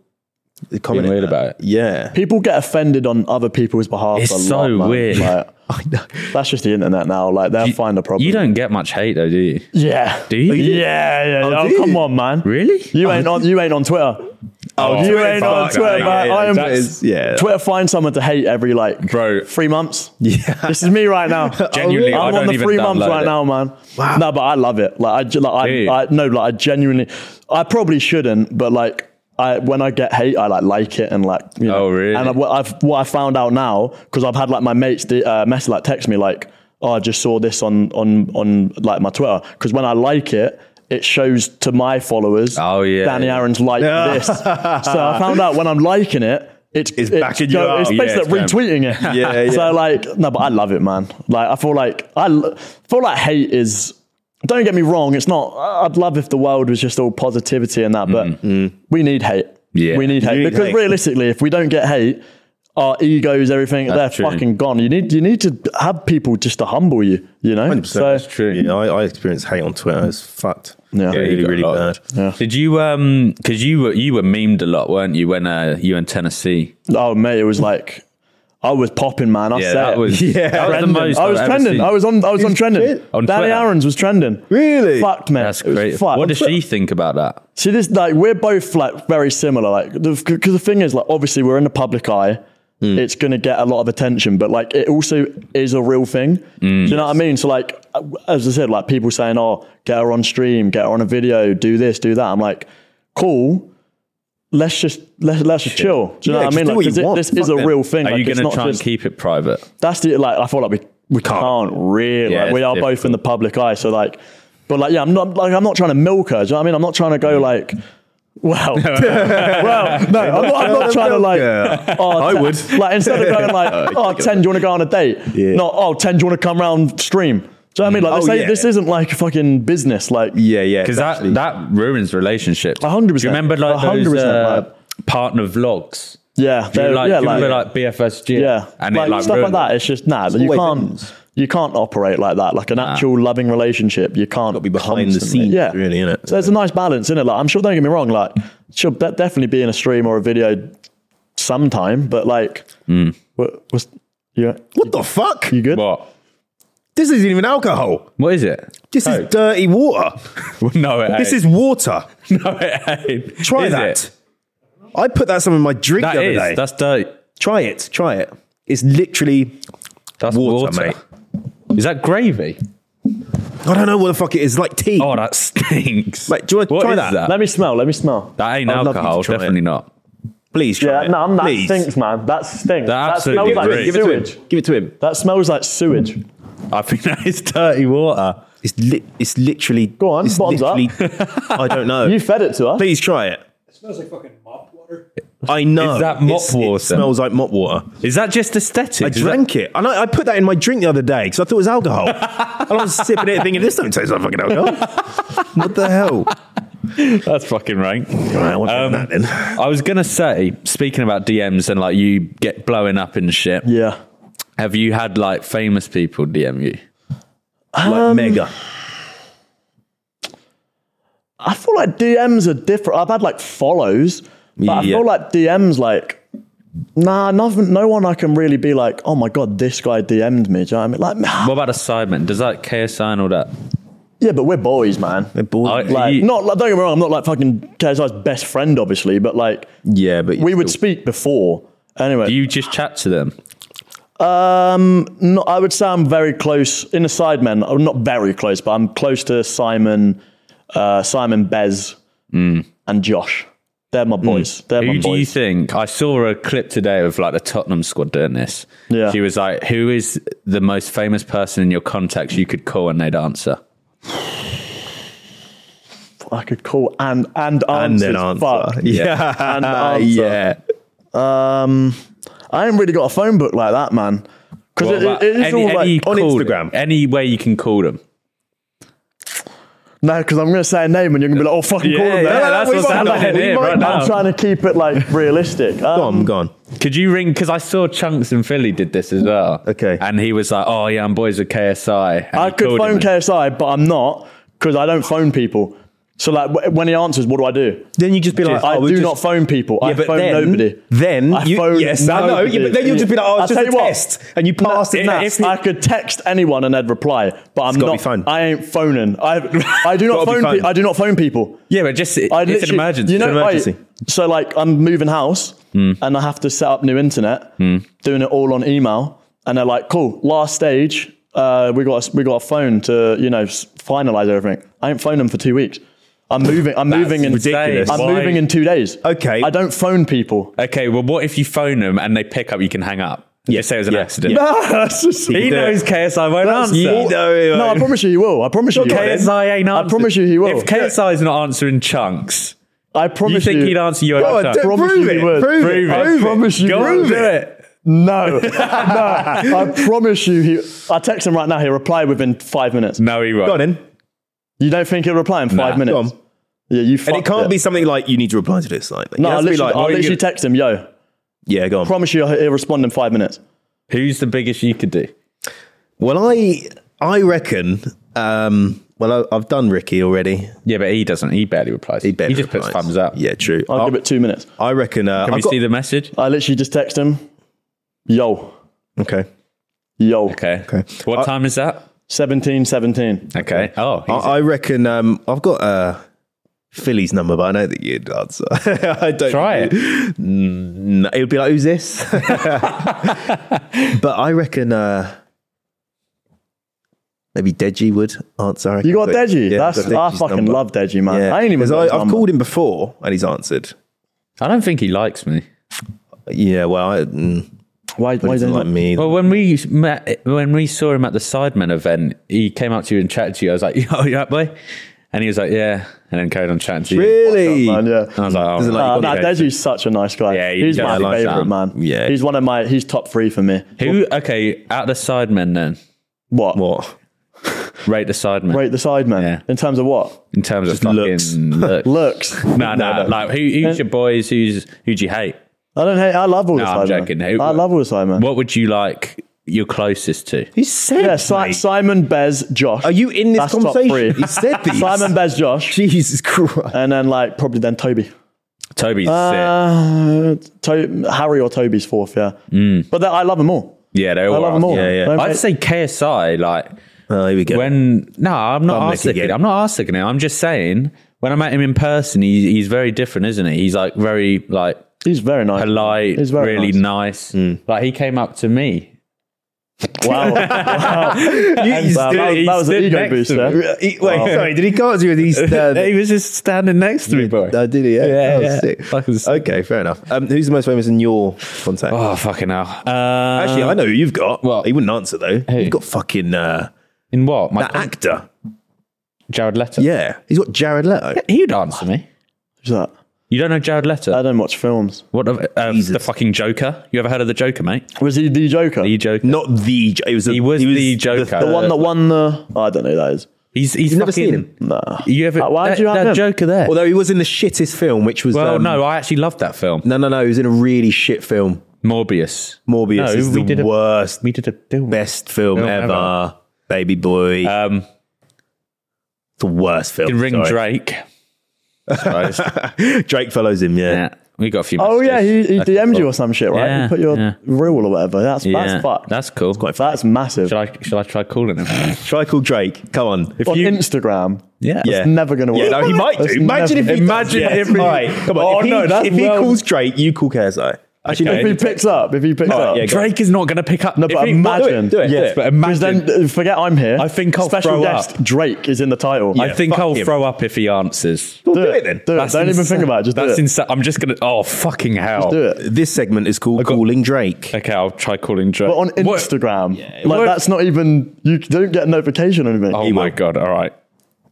A: The comment-
B: weird about it.
A: Yeah.
C: People get offended on other people's behalf.
B: It's
C: a
B: so
C: lot, man.
B: weird.
C: Like,
A: I know.
C: that's just the internet now. Like they'll find a problem.
B: You don't get much hate though, do you?
C: Yeah.
B: Do you?
C: Yeah, yeah.
A: Oh,
C: Oh,
A: do
C: come
A: you?
C: on, man.
B: Really? Oh.
C: You ain't on. You ain't on Twitter.
A: Oh,
C: you
A: Twitter,
C: ain't on
A: fuck,
C: Twitter,
A: yeah,
C: man.
A: yeah,
C: I am.
A: that is- yeah.
C: Twitter finds someone to hate every like
B: Bro.
C: three months.
A: Yeah.
C: This is me right now.
B: Genuinely, I
C: I'm
B: don't
C: on the
B: even
C: three months
B: download
C: right
B: it.
C: now, man. Wow. No, but I love it. Like I, ge- like,
B: Do you?
C: I, I no, like I genuinely, I probably shouldn't, but like. I, when I get hate, I like like it and like you know.
B: Oh, really?
C: And I, what I've what I found out now because I've had like my mates the, uh, mess like text me like, oh, I just saw this on on on like my Twitter because when I like it, it shows to my followers.
B: Oh, yeah,
C: Danny
B: yeah.
C: Aaron's like this. So I found out when I'm liking it, it's
A: It's backing you up.
C: It's
A: Yeah,
C: basically
B: it's going-
C: retweeting it.
A: Yeah, yeah.
C: So like, no, but I love it, man. Like, I feel like I l- feel like hate is. Don't get me wrong. It's not. I- I'd love if the world was just all positivity and that, but
A: Mm.
C: we need hate.
B: Mm. Yeah.
C: we need hate
A: need
C: because
A: hate.
C: realistically, if we don't get hate, our egos, everything,
B: That's
C: they're
B: true.
C: fucking gone. You need you need to have people just to humble you. You know.
A: 100%.
C: So
B: true.
A: Yeah, I, I experience hate on Twitter. It's fucked.
C: Yeah. Yeah, you
A: really,
B: got a
A: really bad.
B: lot. Did you um? Because you were you were memed a lot, weren't you? When uh, you in Tennessee?
C: oh mate, it was like. I was popping, man. I
B: Yeah,
C: said
B: that was- Yeah. that was the most
C: I was
B: I've ever
C: trending.
B: seen.
C: I was on. I was on trending.
A: shit?
B: On
C: Danny
B: Twitter?
C: Aaron's was trending.
A: Really?
C: Fucked, mate.
B: That's
C: It was
B: great.
C: fucked.
B: What does she think about that?
C: See, this like we're both like very similar. Like, because the, 'cause the thing is, like, obviously we're in the public eye.
A: Hmm.
C: It's gonna get a lot of attention, but like, it also is a real thing.
A: Hmm.
C: Do you know what I mean? So, like, uh, as I said, like people saying, "Oh, get her on stream, get her on a video, do this, do that." I'm like, cool. Let's just let, let's just chill. Do you
A: Yeah,
C: know what
A: just
C: I mean?
A: do
C: Like,
A: what you
C: 'cause it-
A: want.
C: this is
A: Fuck
C: a
A: them.
C: real thing.
B: Are
C: Like,
B: you
C: it's
B: going
C: not
B: to try and
C: just-
B: keep it private?
C: that's the like I feel like we we can't, really.
B: Yeah,
C: like, we
B: it's
C: are both in the public eye, so like, but like yeah, I'm not like I'm not trying to milk her. Do you know what I mean? I'm not trying to go like. Well, well, no, I'm not, I'm not trying to like.
A: Yeah.
C: Oh,
A: I
C: ten-
A: would.
C: like instead of going like, oh, ten, do you want to go on a date?
A: Yeah.
C: Not oh, ten, do you want to come round stream? Do you know what I mean? Like,
A: Oh,
C: this, ain't-
A: yeah.
C: this isn't like fucking business. Like,
A: Yeah, yeah.
B: Because that
A: Actually-
B: that ruins relationships.
C: 100%.
B: Do you remember like those
C: 100%,
B: uh,
C: like-
B: partner vlogs?
C: yeah,
B: Do you
C: they're-
B: like,
C: yeah,
B: do you
C: like,
B: remember like BFSG?
C: yeah,
B: and
C: like,
B: it, like
C: stuff
B: ruined
C: like that.
B: it.
C: It's just nah, you
A: always
C: can't
A: ends.
C: you can't operate like that. Like an actual loving relationship, you can't
A: be behind the
C: constantly-
A: scenes,
C: Yeah,
A: really, innit?
C: So there's a nice balance in it. Like I'm sure, don't get me wrong. Like she'll de- definitely be in a stream or a video sometime, but like,
A: Hmm.
C: what was you
A: what the fuck?
C: you good?
B: What?
A: This isn't even alcohol.
B: What is it?
A: This is dirty water.
B: no, it
A: This
B: ain't.
A: is water.
B: no, it ain't.
A: Try
B: Is
A: that.
B: it?
A: I put that some in my drink
B: That
A: the other
B: is.
A: day.
B: That's dirt.
A: try it. Try it. It's literally.
B: That's
A: Water,
B: water,
A: mate.
B: Is that gravy?
A: I don't know what the fuck it is. Like tea.
B: Oh, that stinks.
A: Wait, do you wanna
B: What
A: try
B: is
A: that?
B: that?
C: Let me smell. Let me smell.
B: That ain't
A: I'd love you to
B: alcohol.
A: try it.
B: Definitely not.
A: Please try
C: yeah,
A: it.
C: no, I'm, that
A: Please.
C: stinks, man. That stinks.
B: That
C: That,
B: absolutely
C: smells like
B: reeks.
A: Give it to
C: sewage.
A: him. Give it to him.
C: That smells like sewage.
B: I think that is dirty water.
A: It's li- It's literally. Go
C: on,
A: It's
C: bottoms up.
A: literally- I don't know.
C: You fed it to us.
A: Uh, Please try it. It smells like fucking mop water. I know.
B: Is that mop
A: It's-
B: water?
A: It smells like mop water.
B: Is that just aesthetic?
A: I
B: Is that-
A: drank it, and I, I put that in my drink the other day because I thought it was alcohol. and I was sipping it, thinking this don't taste like fucking alcohol. what the hell?
B: That's fucking rank.
A: Right, I want
B: Um,
A: that then.
B: I was gonna say, speaking about DMs and like you get blowing up and shit.
C: Yeah.
B: Have you had like famous people DM you?
A: Like mega.
C: I feel like DMs are different. I've had like follows, but I
A: Yeah.
C: feel like DMs like nah, nothing. No one I can really be like, oh my god, this guy DM'd me. Do you know what I mean? Like,
B: What about assignment? Does that KSI and all that?
C: yeah, but we're boys, man.
A: They're bored.
B: I-
C: Like,
B: You-
C: not like, don't get me wrong. I'm not like fucking KSI's best friend, obviously, but like
A: yeah, but
C: we would speak before. Anyway,
B: Do you just chat to them?
C: Um, no, I would say I'm very close in the Sidemen. I'm not very close, but I'm close to Simon, uh, Simon Bez, and Josh. They're my boys. They're my
B: Hmm. Who do you
C: boys.
B: think? I saw a clip today of like the Tottenham squad doing this.
C: Yeah.
B: She was like, "Who is the most famous person in your contacts you could call and they'd answer?"
C: I could call and and
A: And
C: answer.
A: then answer.
C: Fuck.
A: Yeah.
C: And
B: Uh,
C: answer.
A: Yeah.
C: Um, I ain't really got a phone book like that, man.
B: What
C: Because
B: about
C: it is
B: any-
C: all
B: any
C: like
A: on
B: call-
A: Instagram?
B: Any way you can call them.
C: no, because I'm gonna say a name and you're gonna be like, oh, fucking call
B: Yeah,
C: them.
B: yeah,
C: there.
B: that's
C: We
B: what's
C: might-
B: happening
C: we
B: here
C: might-
B: right now.
C: I'm trying to keep it like realistic.
A: Go
C: Um,
A: on, go on.
B: Could you ring? Because I saw Chunks in Philly did this as well.
A: Okay.
B: And he was like, "Oh yeah, I'm boys with KSI." And
C: I
B: he
C: could
B: called him
C: phone
B: and-
C: KSI, but I'm not because I don't phone people. So like wh- when he answers, what do I do?
A: Then you just be like,
C: I
A: oh, we're
C: do
A: just-
C: not phone people. I
A: Yeah, but
C: phone
A: then-
C: nobody.
A: Then
C: I
A: you-
C: phone
A: yes, I know,
C: nobody.
A: yeah, but then you'll just be like, oh, it's
C: I'll
A: just
C: tell
A: a
C: you what.
A: test, and you passed it,
C: if-
A: nah.
C: If I could text anyone and they'd reply, but I'm
A: gotta
C: not.
A: be phone.
C: I ain't phoning. I I do
A: Gotta be
C: not phone.
A: phone.
C: Pe- I do not phone people.
B: Yeah, but just it-
C: I
B: it's an
C: literally-
B: emergency.
C: You know,
B: It's an
C: I-
B: emergency. Hmm.
C: so like I'm moving house and I have to set up new internet, doing it all on email, and they're like, "Cool, last stage. Uh, we got a, we got a phone to you know s- finalize everything. I ain't phoned them for two weeks. I'm moving. I'm moving in.
A: ridiculous.
C: I'm
B: Why-
C: moving in two days.
A: Okay.
C: I don't phone people.
B: Okay, well, what if you phone them and they pick up? You can hang up. Yeah. Just say it was an accident.
C: That's just-
B: He
A: Yeah.
B: knows KSI won't
C: That's-
B: answer.
A: You know, you
C: no, I
A: know.
C: promise you, he will. I promise you, he will.
B: KSI ain't answering.
C: I promise you, he will.
B: If KSI is not answering chunks,
C: I
B: you
C: promise
B: think he'd answer you? over
A: Go on,
B: chunks?
A: do-
C: promise
A: prove
C: you
A: it,
C: he would.
A: prove it, Prove it.
C: I
A: prove it.
C: promise you.
B: Go
C: he
B: on,
C: would.
B: do it.
C: No, no. I promise you. He, I text him right now. He'll reply within five minutes.
B: No, he won't.
A: Go on then.
C: You don't think he'll reply in five
B: Nah.
C: minutes?
A: Go on.
C: Yeah, you.
A: And
C: fucked
A: it can't
C: it.
A: be something like you need to reply to this. Like,
C: No,
A: it
C: I'll
A: has to be
C: literally,
A: like,
C: I'll
A: what are you
C: literally
A: gonna-
C: text him. Yo,
A: yeah, go on.
C: promise you, he'll respond in five minutes.
B: Who's the biggest you could do?
A: Well, I I reckon. Um, well, I, I've done Ricky already.
B: Yeah, but he doesn't. He barely replies. He,
A: barely
B: just puts
A: replies.
B: thumbs up.
A: Yeah, true.
C: I'll
A: I-
C: give it two minutes.
A: I reckon. Uh,
B: Can
A: I've
B: we
A: got-
B: see the message?
C: I literally just text him. Yo,
A: Okay.
C: yo.
B: Okay.
A: Okay.
B: What
A: I-
B: time is that?
C: Seventeen, seventeen.
B: Okay. Oh, he's-
A: I, I reckon. Um, I've got uh, Philly's number, but I don't think you'd answer. I don't
B: Try it.
A: No, it would be like, "Who's this?" but I reckon. Uh, Maybe Deji would answer. I
C: You got
A: reckon.
C: Deji.
A: Yeah, I've
C: That's
A: got
C: I
A: Deji's
C: fucking
A: number.
C: love Deji, man.
A: Yeah.
C: I ain't even.
A: 'Cause
C: got his
A: I, I've
C: number.
A: called him before and he's answered.
B: I don't think he likes me.
A: Yeah, well, I, mm,
C: Why?
A: but
C: Why
A: he
C: don't
A: doesn't like me.
B: Well, when we met, when we saw him at the Sidemen event, he came up to you and chatted to you. I was like, "Yo, you up, boy?" And he like, "Yeah," and then carried on chatting to you.
A: really?
C: Man, Oh, yeah.
B: And I was like, oh,
A: Doesn't like
C: Uh,
A: you
C: nah,
A: got
C: Deji's such a nice guy.
B: Yeah, he-
C: he's
B: yeah,
C: my
B: I like
C: favorite
B: that.
C: man.
A: Yeah.
C: he's one of my. He's top three for me.
B: "Who? Okay, at the Sidemen then
C: What?
A: what?
B: rate the Sidemen
C: Rate the side man
B: Yeah.
C: in terms of what
B: in terms of
A: Just looks.
B: fucking looks."
C: looks.
B: No, no, like who, who's your boys? Who's who do you hate?
C: I don't hate. I love all the
B: No,
C: side
B: I'm
C: man.
B: joking. Who-
C: I love all the side man.
B: What would you like your closest to?
A: He said.
C: Yeah, si-
A: mate.
C: Simon, Bez, Josh.
A: Are you in this
C: That's top
A: conversation?
C: three.
A: He said these.
C: Simon, Bez, Josh,
A: Jesus Christ.
C: and then like probably then Toby.
B: Toby's sick.
C: Uh, to- Harry or Toby's fourth, yeah.
B: Mm.
C: But that, I love them all.
B: Yeah, they're
C: I
B: all.
C: love them all.
A: Yeah, yeah.
C: Don't
B: I'd
C: make-
B: say KSI. Like
A: Oh, here we go.
B: when no, I'm not
A: Bum lick
B: asking.
A: again.
B: I'm not asking it. I'm just saying when I met him in person, he, he's very different, isn't he? He's like very like
C: he's very nice.
B: polite,
C: He's very Hmm.
B: really nice. Like he came up to me.
C: Wow.
A: he's
C: Wow,
A: doing-
C: that was, that was an
B: stood
C: ego
B: next
C: boost
B: to me.
C: there.
A: He- wait, sorry. Did he go to you with these? uh,
B: he was just standing next to me, boy.
A: I did he? Yeah,
B: Yeah,
A: Oh,
B: yeah.
A: sick.
B: Fucking sick.
A: Okay, fair enough. Um, who's the most famous in your contact?
B: Oh fucking hell! Uh,
A: Actually, I know who you've got.
B: what?
A: he wouldn't answer though. You've got fucking uh,
B: in what my
A: that actor.
B: Jared Leto?
A: Yeah, he's got Jared Leto.
B: he would answer me.
C: Who's that?
B: You don't know Jared Leto?
C: I don't watch films.
B: what the, uh, the fucking Joker? You ever heard of the Joker, mate?
C: Was he the Joker?
B: The Joker.
A: Not the. It was. A,
B: He was the Joker.
C: the one that won the. Oh, I don't know who that is.
B: He's he's
A: You've
B: fucking,
A: never seen him?
C: Nah.
B: You ever?
C: Uh, why'd
B: that,
C: you have
B: that
C: him?
B: Joker there?
A: Although he was in the shittest film, which was.
B: well,
A: um,
B: no, I actually loved that film,
A: no, no, no. He was in a really shit film.
B: Morbius.
A: Morbius
B: No,
A: is
B: we
A: the
B: did a-
A: worst,
B: We did a deal.
A: best film,
B: Film
A: ever.
B: ever.
A: Baby boy,
B: Um,
A: the worst film.
B: did Ring
A: sorry.
B: Drake. Surprised.
A: Drake follows him. Yeah.
B: yeah, we got a few.
C: Oh, yeah, he, he
B: Okay,
C: DM'd you
B: cool.
C: or some shit, right?
B: Yeah,
C: you put your
B: yeah.
C: reel or whatever. That's, that's fucked.
B: That's cool.
A: quite funny.
C: that's massive.
B: Should I should I try calling him?
A: Try call Drake. Come on. If
C: on Instagram.
B: yeah.
A: Yeah.
C: It's never going to work.
A: Yeah, no, he might do.
C: It's
A: Imagine
C: never-
A: if he does.
B: Imagine
A: Yes.
B: if he-
A: All right, come on.
B: Oh,
A: if he,
B: no, that's
A: if he
B: well-
A: calls Drake, you call KSI.
C: Actually,
B: Okay.
C: if he picks up, if he picks up,
A: yeah, go on.
B: Drake is not going to pick up.
C: No,
B: If
C: but
B: he-
C: imagine.
B: Do it, do it,
C: yes,
B: do it. But
C: Because
B: imagine.
C: then, uh, forget I'm here.
B: I think I'll
C: Special
B: throw
C: guest
B: up.
C: Drake is in the title.
B: I think I'll throw up if he answers.
C: do, it then. Do it. Don't even think about it. Just
B: That's
C: do it.
B: insane. I'm just going to. Oh, fucking hell.
C: do it.
A: This segment is called Calling Drake.
B: Okay, I'll try calling Drake.
C: But on
B: What-
C: Instagram, like
B: What-
C: that's not even you don't get a notification or anything.
B: Oh my God. All right.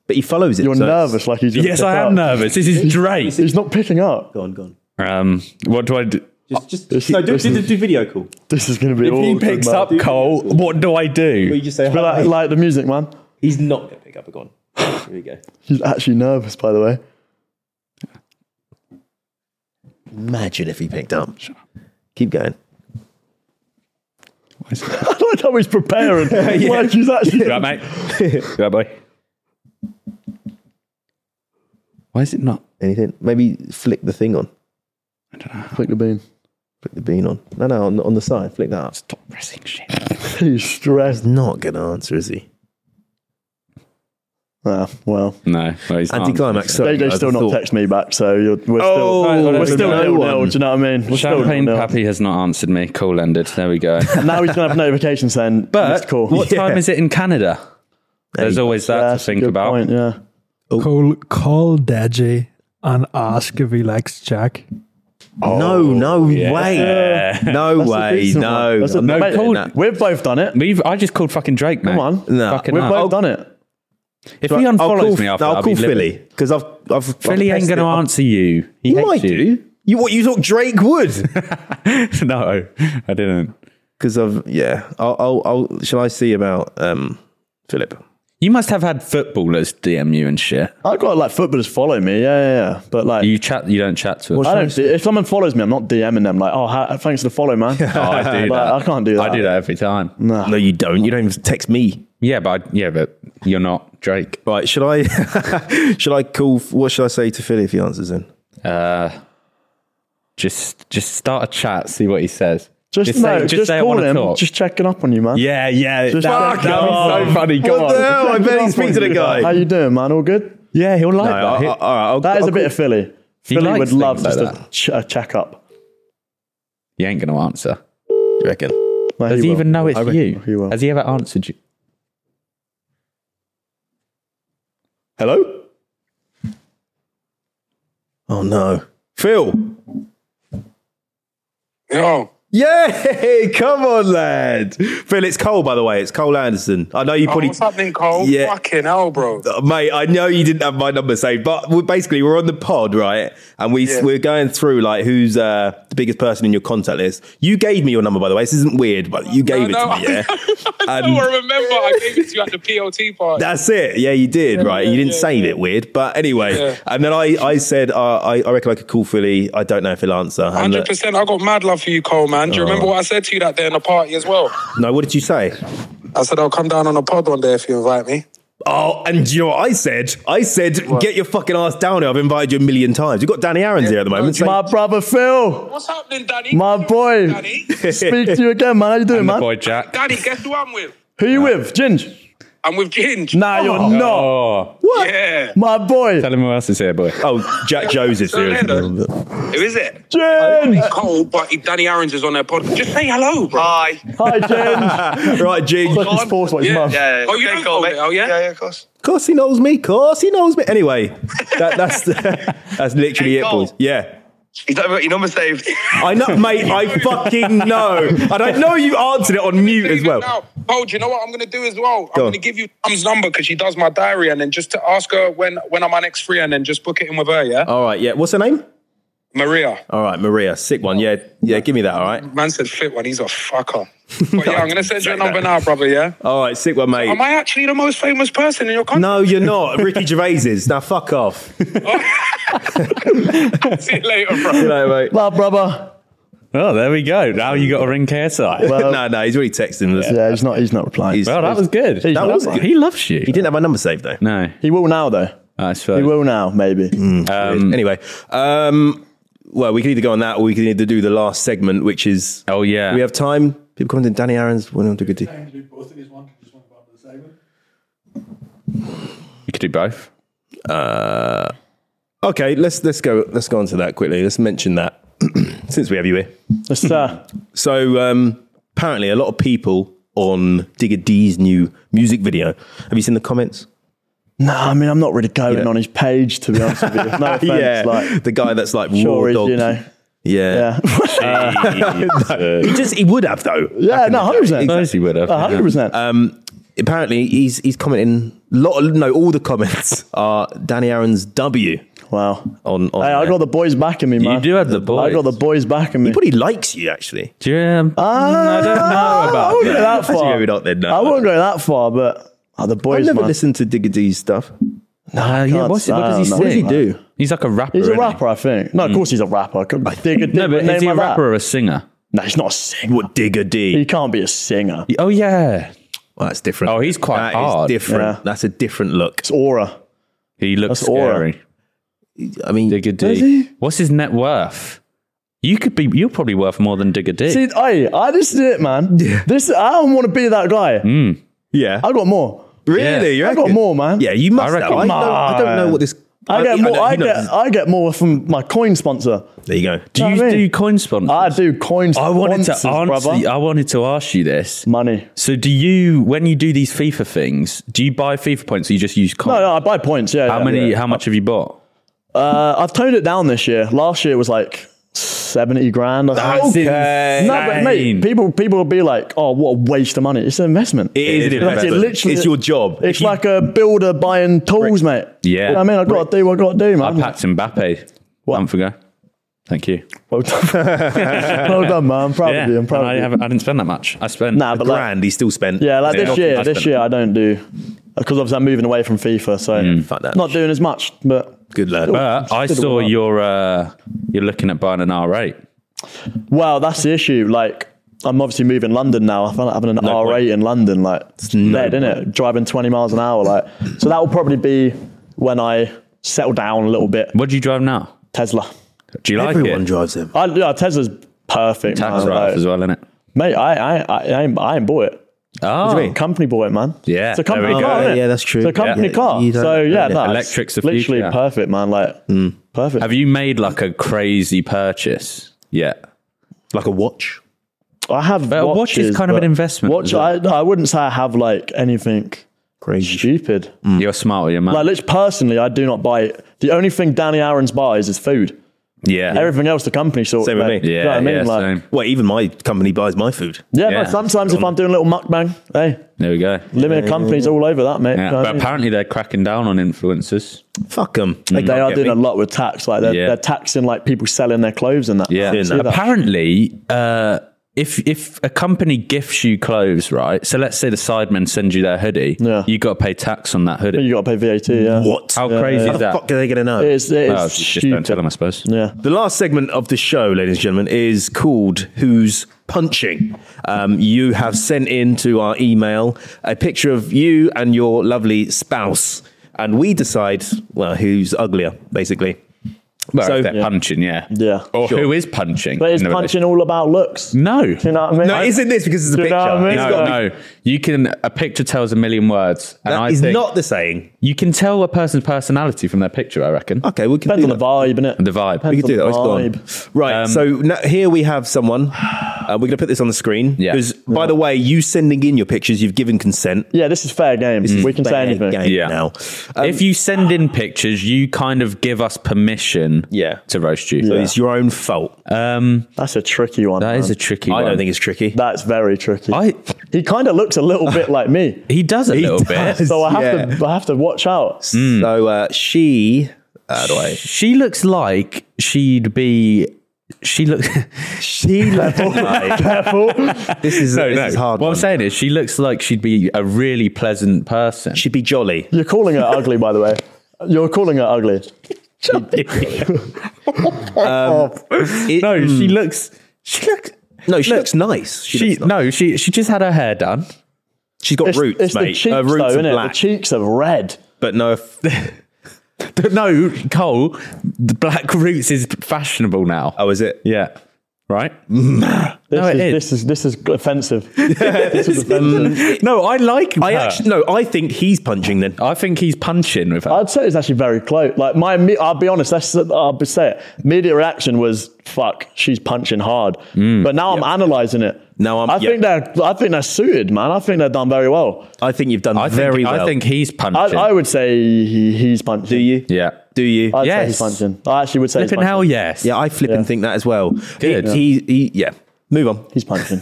A: But he follows it.
C: You're
A: so it's-
C: nervous, like he's gonna
B: Yes,
C: pick
B: I
C: up.
B: am nervous. This is Drake.
C: He's not picking up.
A: Go on, go on.
B: Um, what do I do?
A: Just, just,
C: This-
A: no, do,
C: this
A: do, do,
C: is-
A: do video call.
C: This is going to be.
B: If he
C: awkward,
B: picks
C: man.
B: up Cole, what do I
A: Or
B: do?
A: you just say,
C: But
A: hi.
C: like, like the music, man.
A: he's not going to pick up a gun. Here we go.
C: He's actually nervous, by the way.
A: Imagine if he picked up. Keep going.
C: I like how he's preparing. Like he's actually.
B: Right, mate. right, boy. Why is it not?
A: Anything? Maybe flick the thing on.
C: Click the bean.
A: Flick the bean on. No, no, on the, on the side. Flick that up.
B: Stop pressing shit.
C: He's stressed.
A: He's not going to answer, is he?
C: Ah, well,
B: No, well, he's not.
A: Anticlimax. Sorry,
C: JJ's
A: guys,
C: still
A: I
C: not
A: thought-
C: texting me back, so you're, we're
A: Oh,
C: still
B: no
C: we're still
A: one.
C: nil nil. Do you know what I mean? We're still
B: Champagne
C: nil-nil.
B: Pappy has not answered me. Call ended. There we go.
C: And now he's gonna have notifications saying.
B: But
C: missed call.
B: what
A: Yeah.
B: time is it in Canada? There's always that
C: Yeah,
B: to
C: that's a
B: think
C: good
B: about.
C: Point, yeah.
I: Call, call Daddy and ask if he likes Jack.
A: No, no way. No
C: That's a
A: way.
C: decent one.
A: No.
C: That's a-
A: I'm not
C: mate,
A: doing
C: Cole-
A: that.
C: We've both done it.
B: We've, I just called fucking Drake, mate.
C: Come on.
A: Nah.
B: Fucking
C: We've
B: hell.
C: both
B: I'll-
C: done it.
B: If
A: Right,
B: he unfollows
A: I'll call,
B: me after
A: no,
B: that,
A: I'll call
B: I'll be livid.
A: Philly because I've, I've
B: Philly
A: I've
B: ain't
A: tested
B: going to
A: it. I've-
B: answer you. He
A: You might
B: hates you.
A: do. You what? You thought Drake would?
B: no, I didn't.
A: Because of yeah. I'll, I'll, I'll. Shall I see about um Philip?
B: You must have had footballers DM you and shit.
C: I've got like footballers follow me. Yeah, yeah, yeah. But like.
B: You chat. You don't chat to.
C: I
B: Them.
C: don't. If someone follows me, I'm not DMing them like, "Oh, ha- thanks for the follow, man."
B: Oh, I do
C: Like,
B: that.
C: I can't do that.
B: I do that every time.
A: No, you don't. You don't even text me.
B: Yeah, but I, yeah, but you're not Drake.
A: Right? Should I? should I call? What should I say to Philly if he answers in?
B: Uh, just just start a chat. See what he says.
C: Just, no,
B: say,
C: just,
B: say I
C: call
B: wanna
C: him.
B: talk.
C: Just checking up on you, man.
B: yeah, yeah.
C: Just
B: that
C: check
B: that
C: it
B: was
C: out.
B: so funny. Go
A: What the
B: on.
A: hell? I bet he speaks to the
C: How
A: guy.
C: you doing, man? All good?
B: Yeah, he'll like
A: No, I- I- all right, I'll-
C: That is
A: I'll
C: a bit of Philly.
B: He
C: Philly
B: likes
C: would love
B: things
C: just
B: like
C: a, ch- a check up.
B: He ain't gonna answer.
A: You reckon?
C: No,
B: Does he,
C: will.
B: even know it's
C: I reckon
B: you?
C: He will.
B: Has he ever answered you?
A: Hello? Oh no. Phil.
J: Yo,
A: Yay! Come on, lad. Phil, it's Cole, by the way. It's Cole Anderson. I know you
J: oh,
A: probably
J: what's happening, Cole?
A: Yeah.
J: Fucking hell, bro.
A: Uh, Mate, I know you didn't have my number saved, but we're basically we're on the pod, right? And we
J: Yeah.
A: we're going through like who's uh, the biggest person in your contact list. You gave me your number, by the way. This isn't weird, but you gave
J: no,
A: it to me. Yeah,
J: I
A: And-
J: don't remember. I gave it to you at the POT party.
A: That's it. Yeah, you did, right? you didn't save it, weird. But anyway,
J: Yeah.
A: and then I, I said, uh, I, I reckon I could call Philly. I don't know if he'll answer. And uh,
J: Hundred
A: look-
J: percent. I got mad love for you, Cole, man. Do you remember what I said to you that day in the party as well?
A: no, what did you say?
J: I said I'll come down on a pod one day if you invite me.
A: Oh, and you know what I said? I said, get your fucking ass down here. I've invited you a million times. You've got Danny Aaron's here at the moment.
C: My brother Phil,
J: What's happening, Daddy?
C: My boy.
J: Daddy,
C: speak to you again, man. How you doing,
B: And the
C: man?
B: boy Jack.
J: Daddy, guess who I'm with?
C: Who you with? Ginge?
J: I'm with Ginge.
C: Nah, you're not.
B: Oh,
J: Yeah.
C: My boy,
B: tell him who else is here, boy.
A: oh, Jack Joe's is here.
J: Hello. Who is it?
C: Ginge.
J: Cole, but Danny Aaron's is on their pod. Just say hello, bro.
A: Ah,
J: Hi.
C: Hi, Ginge.
A: right, G.
C: Look, he's forced by his mum.
J: Oh, you don't Cole, Oh, yeah. Yeah, yeah, of course.
A: course he knows me. course he knows me. Anyway, that, that's that's literally it, boys. Yeah.
J: You don't got your number saved.
A: I know, mate. I fucking know. And I know you answered it on mute as well.
J: Now, Paul, do you know what I'm going to do as well? I'm
A: Go on.
J: going to give you Tom's number because she does my diary, and then just to ask her when when am I next free, and then just book it in with her. Yeah,
A: All right, yeah. What's her name?
J: Maria.
A: All right, Maria. Sick one. Yeah, yeah. Give me that. All right.
J: Man said fit one. He's a fucker. But yeah, I'm going to send you a number now, brother. Yeah.
A: All right, sick one, mate.
J: Am I actually the most famous person in your country?
A: No, you're not. Ricky Gervais is. Now fuck off.
J: See you later, bro.
A: No, mate.
C: My brother.
B: Oh, there we go. Now you got a ring KSI. Well,
A: no, no. He's already texting us.
C: Yeah, he's not. He's not replying.
A: He's-
B: Oh, that was good.
A: That
C: He's not
A: was
C: replying.
A: good.
B: He loves you.
A: He didn't have my number saved though.
B: No,
C: He will now, though.
B: I
C: He
B: suppose.
C: will now, maybe.
A: anyway, um, well, we can either go on that or we can either do the last segment, which is.
B: Oh, yeah.
A: Do we have time. People commenting. Danny Aaron's. One on to good tea.
B: You could do both.
A: Uh, Okay, let's let's go let's go on to that quickly. Let's mention that. since we have you here.
C: Yes, sir.
A: so um, apparently, a lot of people on Digger D's new music video. Have you seen the comments?
C: No, I mean I'm not really going on his page to be honest with you. No offense,
A: yeah,
C: like
A: the guy that's like
C: sure
A: raw
C: is,
A: dog.
C: you know.
A: Yeah.
B: Jesus.
A: he just he would have though.
C: Yeah, no, hundred percent,
B: Nice he would have.
C: hundred percent.
A: Um, apparently, he's he's commenting. Lot of- no, all the comments are Danny Aaron's W
C: Wow.
A: on. on
C: Hey, I
A: there.
C: got the boys backing me, man.
B: You do have the boys.
C: I got the boys backing
A: He
C: me.
A: probably likes you actually.
B: Do you, um,
C: Ah!
B: I don't know
C: I
B: about
C: wouldn't go that
A: Actually,
C: far.
A: maybe not then, no.
C: I wouldn't go that far, but oh, the boys.
A: I've never
C: man.
A: listened to Digger D's stuff.
B: Uh, yeah,
C: can't
B: what's it, what
C: say,
B: does he
C: I
B: sing?
C: don't know. What does he do?
B: He's like a rapper.
C: He's a
B: isn't he?
C: rapper, I think. No, of course he's a rapper. I could dig a
B: No,
C: different
B: but
C: name
B: is he a
C: like
B: rapper
C: that.
B: or a singer?
C: No, he's not a singer.
A: What Digger
C: He
A: D?
C: can't be a singer.
B: Oh yeah,
A: Well, that's different.
B: Oh, he's quite
A: That is
B: hard.
A: different.
C: Yeah.
A: That's a different look.
C: It's aura.
B: he looks
C: That's aura.
B: scary.
A: I mean,
B: Digger D.
C: Does he?
B: What's his net worth? You could be. You're probably worth more than Digger D.
C: See, I, I this is it, man. This I don't want to be that guy.
A: yeah.
C: I got more.
A: Really? You
C: I got
A: reckon?
C: more, man.
A: Yeah, you must.
B: I
A: I,
B: reckon-
A: I, don't, I don't know what this.
C: I get
A: know-
C: more. I,
A: you know
C: get
A: this-
C: I get more from my coin sponsor.
A: There you go.
B: do you
C: what I mean?
B: do coin sponsors?
C: I do coin sponsors,
B: I wanted to answer.
C: brother.
B: I wanted to ask you this.
C: Money.
B: So, do you when you do these FIFA things? Do you buy FIFA points? Or you just use coin?
C: No, no, I buy points. Yeah.
B: how
C: yeah,
B: many?
C: yeah.
B: How much have you bought?
C: Uh, I've toned it down this year. Last year was like seventy grand. I think.
B: That's
A: Okay.
C: No, but mate,
B: insane.
C: people people will be like, "Oh, what a waste of money! It's an investment.
A: It is an
C: Like, it
A: investment. It's your job. If
C: It's
A: you-
C: like a builder buying tools, mate.
B: Yeah.
C: You know what I mean, I've got to do what I've got to do,
B: I
C: man.
B: packed Mbappe a month ago. Thank you.
C: well, done. well done, man. I'm proud
B: Yeah,
C: of you. I'm
B: and
C: proud
B: I,
C: of you.
B: haven't, I didn't spend that much. I spent
C: nah, but like,
A: Grand. He still spent.
C: yeah, like this
B: Yeah.
C: year,
B: I
C: this
B: spent-
C: year I don't do because obviously I'm moving away from FIFA, so
B: Hmm.
A: Fuck that.
C: not doing as much. But
A: Good lad.
B: But I
C: Still a
B: saw
C: while.
B: you're uh, you're looking at buying an R8.
C: well, that's the issue. Like. I'm obviously moving London now. I found out having an R8 in London, like it's dead, isn't it? Driving 20 miles an hour, like so. That will probably be when I settle down a little bit.
B: What do you drive now?
C: Tesla.
B: Do you like
A: Everyone
B: it?
A: drives him.
C: I, yeah, Tesla's perfect.
B: Tax
C: man.
B: write
C: Like,
B: as well, isn't it?
C: Mate, I I I, I, ain't, I ain't bought it.
B: Oh,
C: Company bought it, man.
B: Yeah,
C: it's a
B: there we
C: company
B: go.
C: car.
B: Yeah,
C: innit?
A: yeah, that's true.
C: It's a company
A: Yeah.
C: car.
A: You don't
C: So
A: own
C: yeah,
A: it. Hmm.
C: no, it's
B: Electric's the
C: literally
B: future.
C: perfect, man. Like perfect.
B: have you made like a crazy purchase yet?
A: Like a watch.
C: I have.
B: But a watch is
C: watches,
B: kind of an
C: but
B: investment,
C: Watch.
B: isn't it?
C: I no, I wouldn't say I have like anything
A: Crazy.
C: stupid.
B: You're smart with your money.
C: Mm. Like, literally, personally, I do not buy. The only thing Danny Aaron's buys is food.
B: yeah.
C: Everything else, the company sort.
A: Same with
C: like,
A: me.
C: you
B: yeah,
C: know what I mean?
B: yeah,
C: like,
B: same.
A: Well, even my company buys my food.
C: yeah,
B: Yeah.
C: No, sometimes if I'm doing a little mukbang, hey,
B: There we go.
C: limited companies all over that, mate.
B: Yeah.
C: You know what I
B: But
C: mean?
B: apparently they're cracking down on influencers.
A: Fuck them.
C: They are doing a lot with tax. Like they're,
B: Yeah.
C: they're taxing like people selling their clothes and that.
B: Yeah.
A: Doing that.
B: Apparently, uh, if if a company gifts you clothes, right? So let's say the Sidemen send you their hoodie.
C: Yeah.
B: You got to pay tax on that hoodie.
C: You got to pay VAT. Yeah.
A: What?
B: How crazy
A: How
B: is
A: the
B: that?
A: fuck are they going to know?
C: It is, it is
B: Well, you Oh, just don't
C: stupid.
B: tell them, I suppose.
C: Yeah.
A: The last segment of the show, ladies and gentlemen, is called Who's Punching? Um, you have sent in to our email a picture of you and your lovely spouse, and we decide, well, who's uglier, basically.
B: Well,
A: So-
B: if they're punching, yeah.
C: Yeah.
B: Or
A: Sure.
B: who is punching?
C: But it's
B: in a
C: punching all about looks. Do
B: No.
C: you know what I mean?
A: No, it isn't this because it's a
C: Do you
A: picture.
C: know what I mean?
A: It's
B: No,
A: got-
B: no. You can a picture tells a million words, and
A: That
B: I
A: is
B: think
A: not the saying.
B: you can tell a person's personality from their picture. I reckon
A: Okay, we can
C: Depends
A: do
C: on
A: that.
C: the vibe, innit?
B: the vibe.
A: We can do that.
C: on
A: It's
C: the
A: gone.
B: Um,
A: Right. so now, here we have someone. Uh, we're going to put this on the screen.
B: Yeah.
A: Because, by the way, you sending in your pictures, you've given consent.
C: Yeah, this is fair game. We can say
A: Fair
C: anything.
A: game
B: Yeah.
A: Now. Um,
B: if you send in pictures, you kind of give us permission,
A: Yeah.
B: to roast you.
A: So it's your own fault.
B: Um,
C: That's a tricky one.
B: that
C: man.
B: is a tricky.
A: I
B: one.
A: don't think it's tricky.
C: That's very tricky.
B: I
C: he kind of looks a little bit like me,
B: he does a little bit.
C: so I have to I have to watch out.
A: So uh, she. uh, How do I?
B: She looks like she'd be. She looks.
A: She level.
C: Careful.
A: this is this is hard.
B: What
A: one.
B: I'm saying is, she looks like she'd be a really pleasant person.
A: she'd be jolly.
C: You're calling her ugly, by the way. You're calling her ugly.
A: It-
B: no, she looks. She looks.
A: no, she
B: look,
A: looks nice. Mm. She,
B: She
A: looks nice.
B: no, she she just had her hair done.
A: she's got
C: It's,
A: roots,
C: it's
A: mate.
C: the cheeks,
A: Her roots
C: though,
A: are
C: innit?
A: black,
C: The cheeks are red.
A: but no. If,
B: No, Cole, the black roots is fashionable now.
A: oh, is it?
B: Yeah. right?
C: This,
B: no, it
C: is,
B: is.
C: this is this is offensive. this is offensive.
B: no, I like.
C: I
B: her.
C: actually-
A: no, I think he's punching. Then
B: I think he's punching with her.
C: I'd say it's actually very close. Like my, imme- I'll be honest. That's I'll be say it. Immediate reaction was fuck. She's punching hard. But now I'm analysing it.
A: Mm. Now I'm-
C: I
A: yeah.
C: think they're. I think they're suited, man. I think they've done very well.
A: I think you've done
B: I think,
A: very well.
B: I think he's
C: I,
B: punching.
C: I would say he, he's punching.
A: Do you?
B: yeah.
A: Do you?
C: I'd say
B: Yes.
C: he's punching. I actually would say he's
B: Flipping
C: punching.
B: hell yes.
A: Yeah, I flip and think that as well.
B: Good.
A: He, he, he- yeah. Move on.
C: He's punching.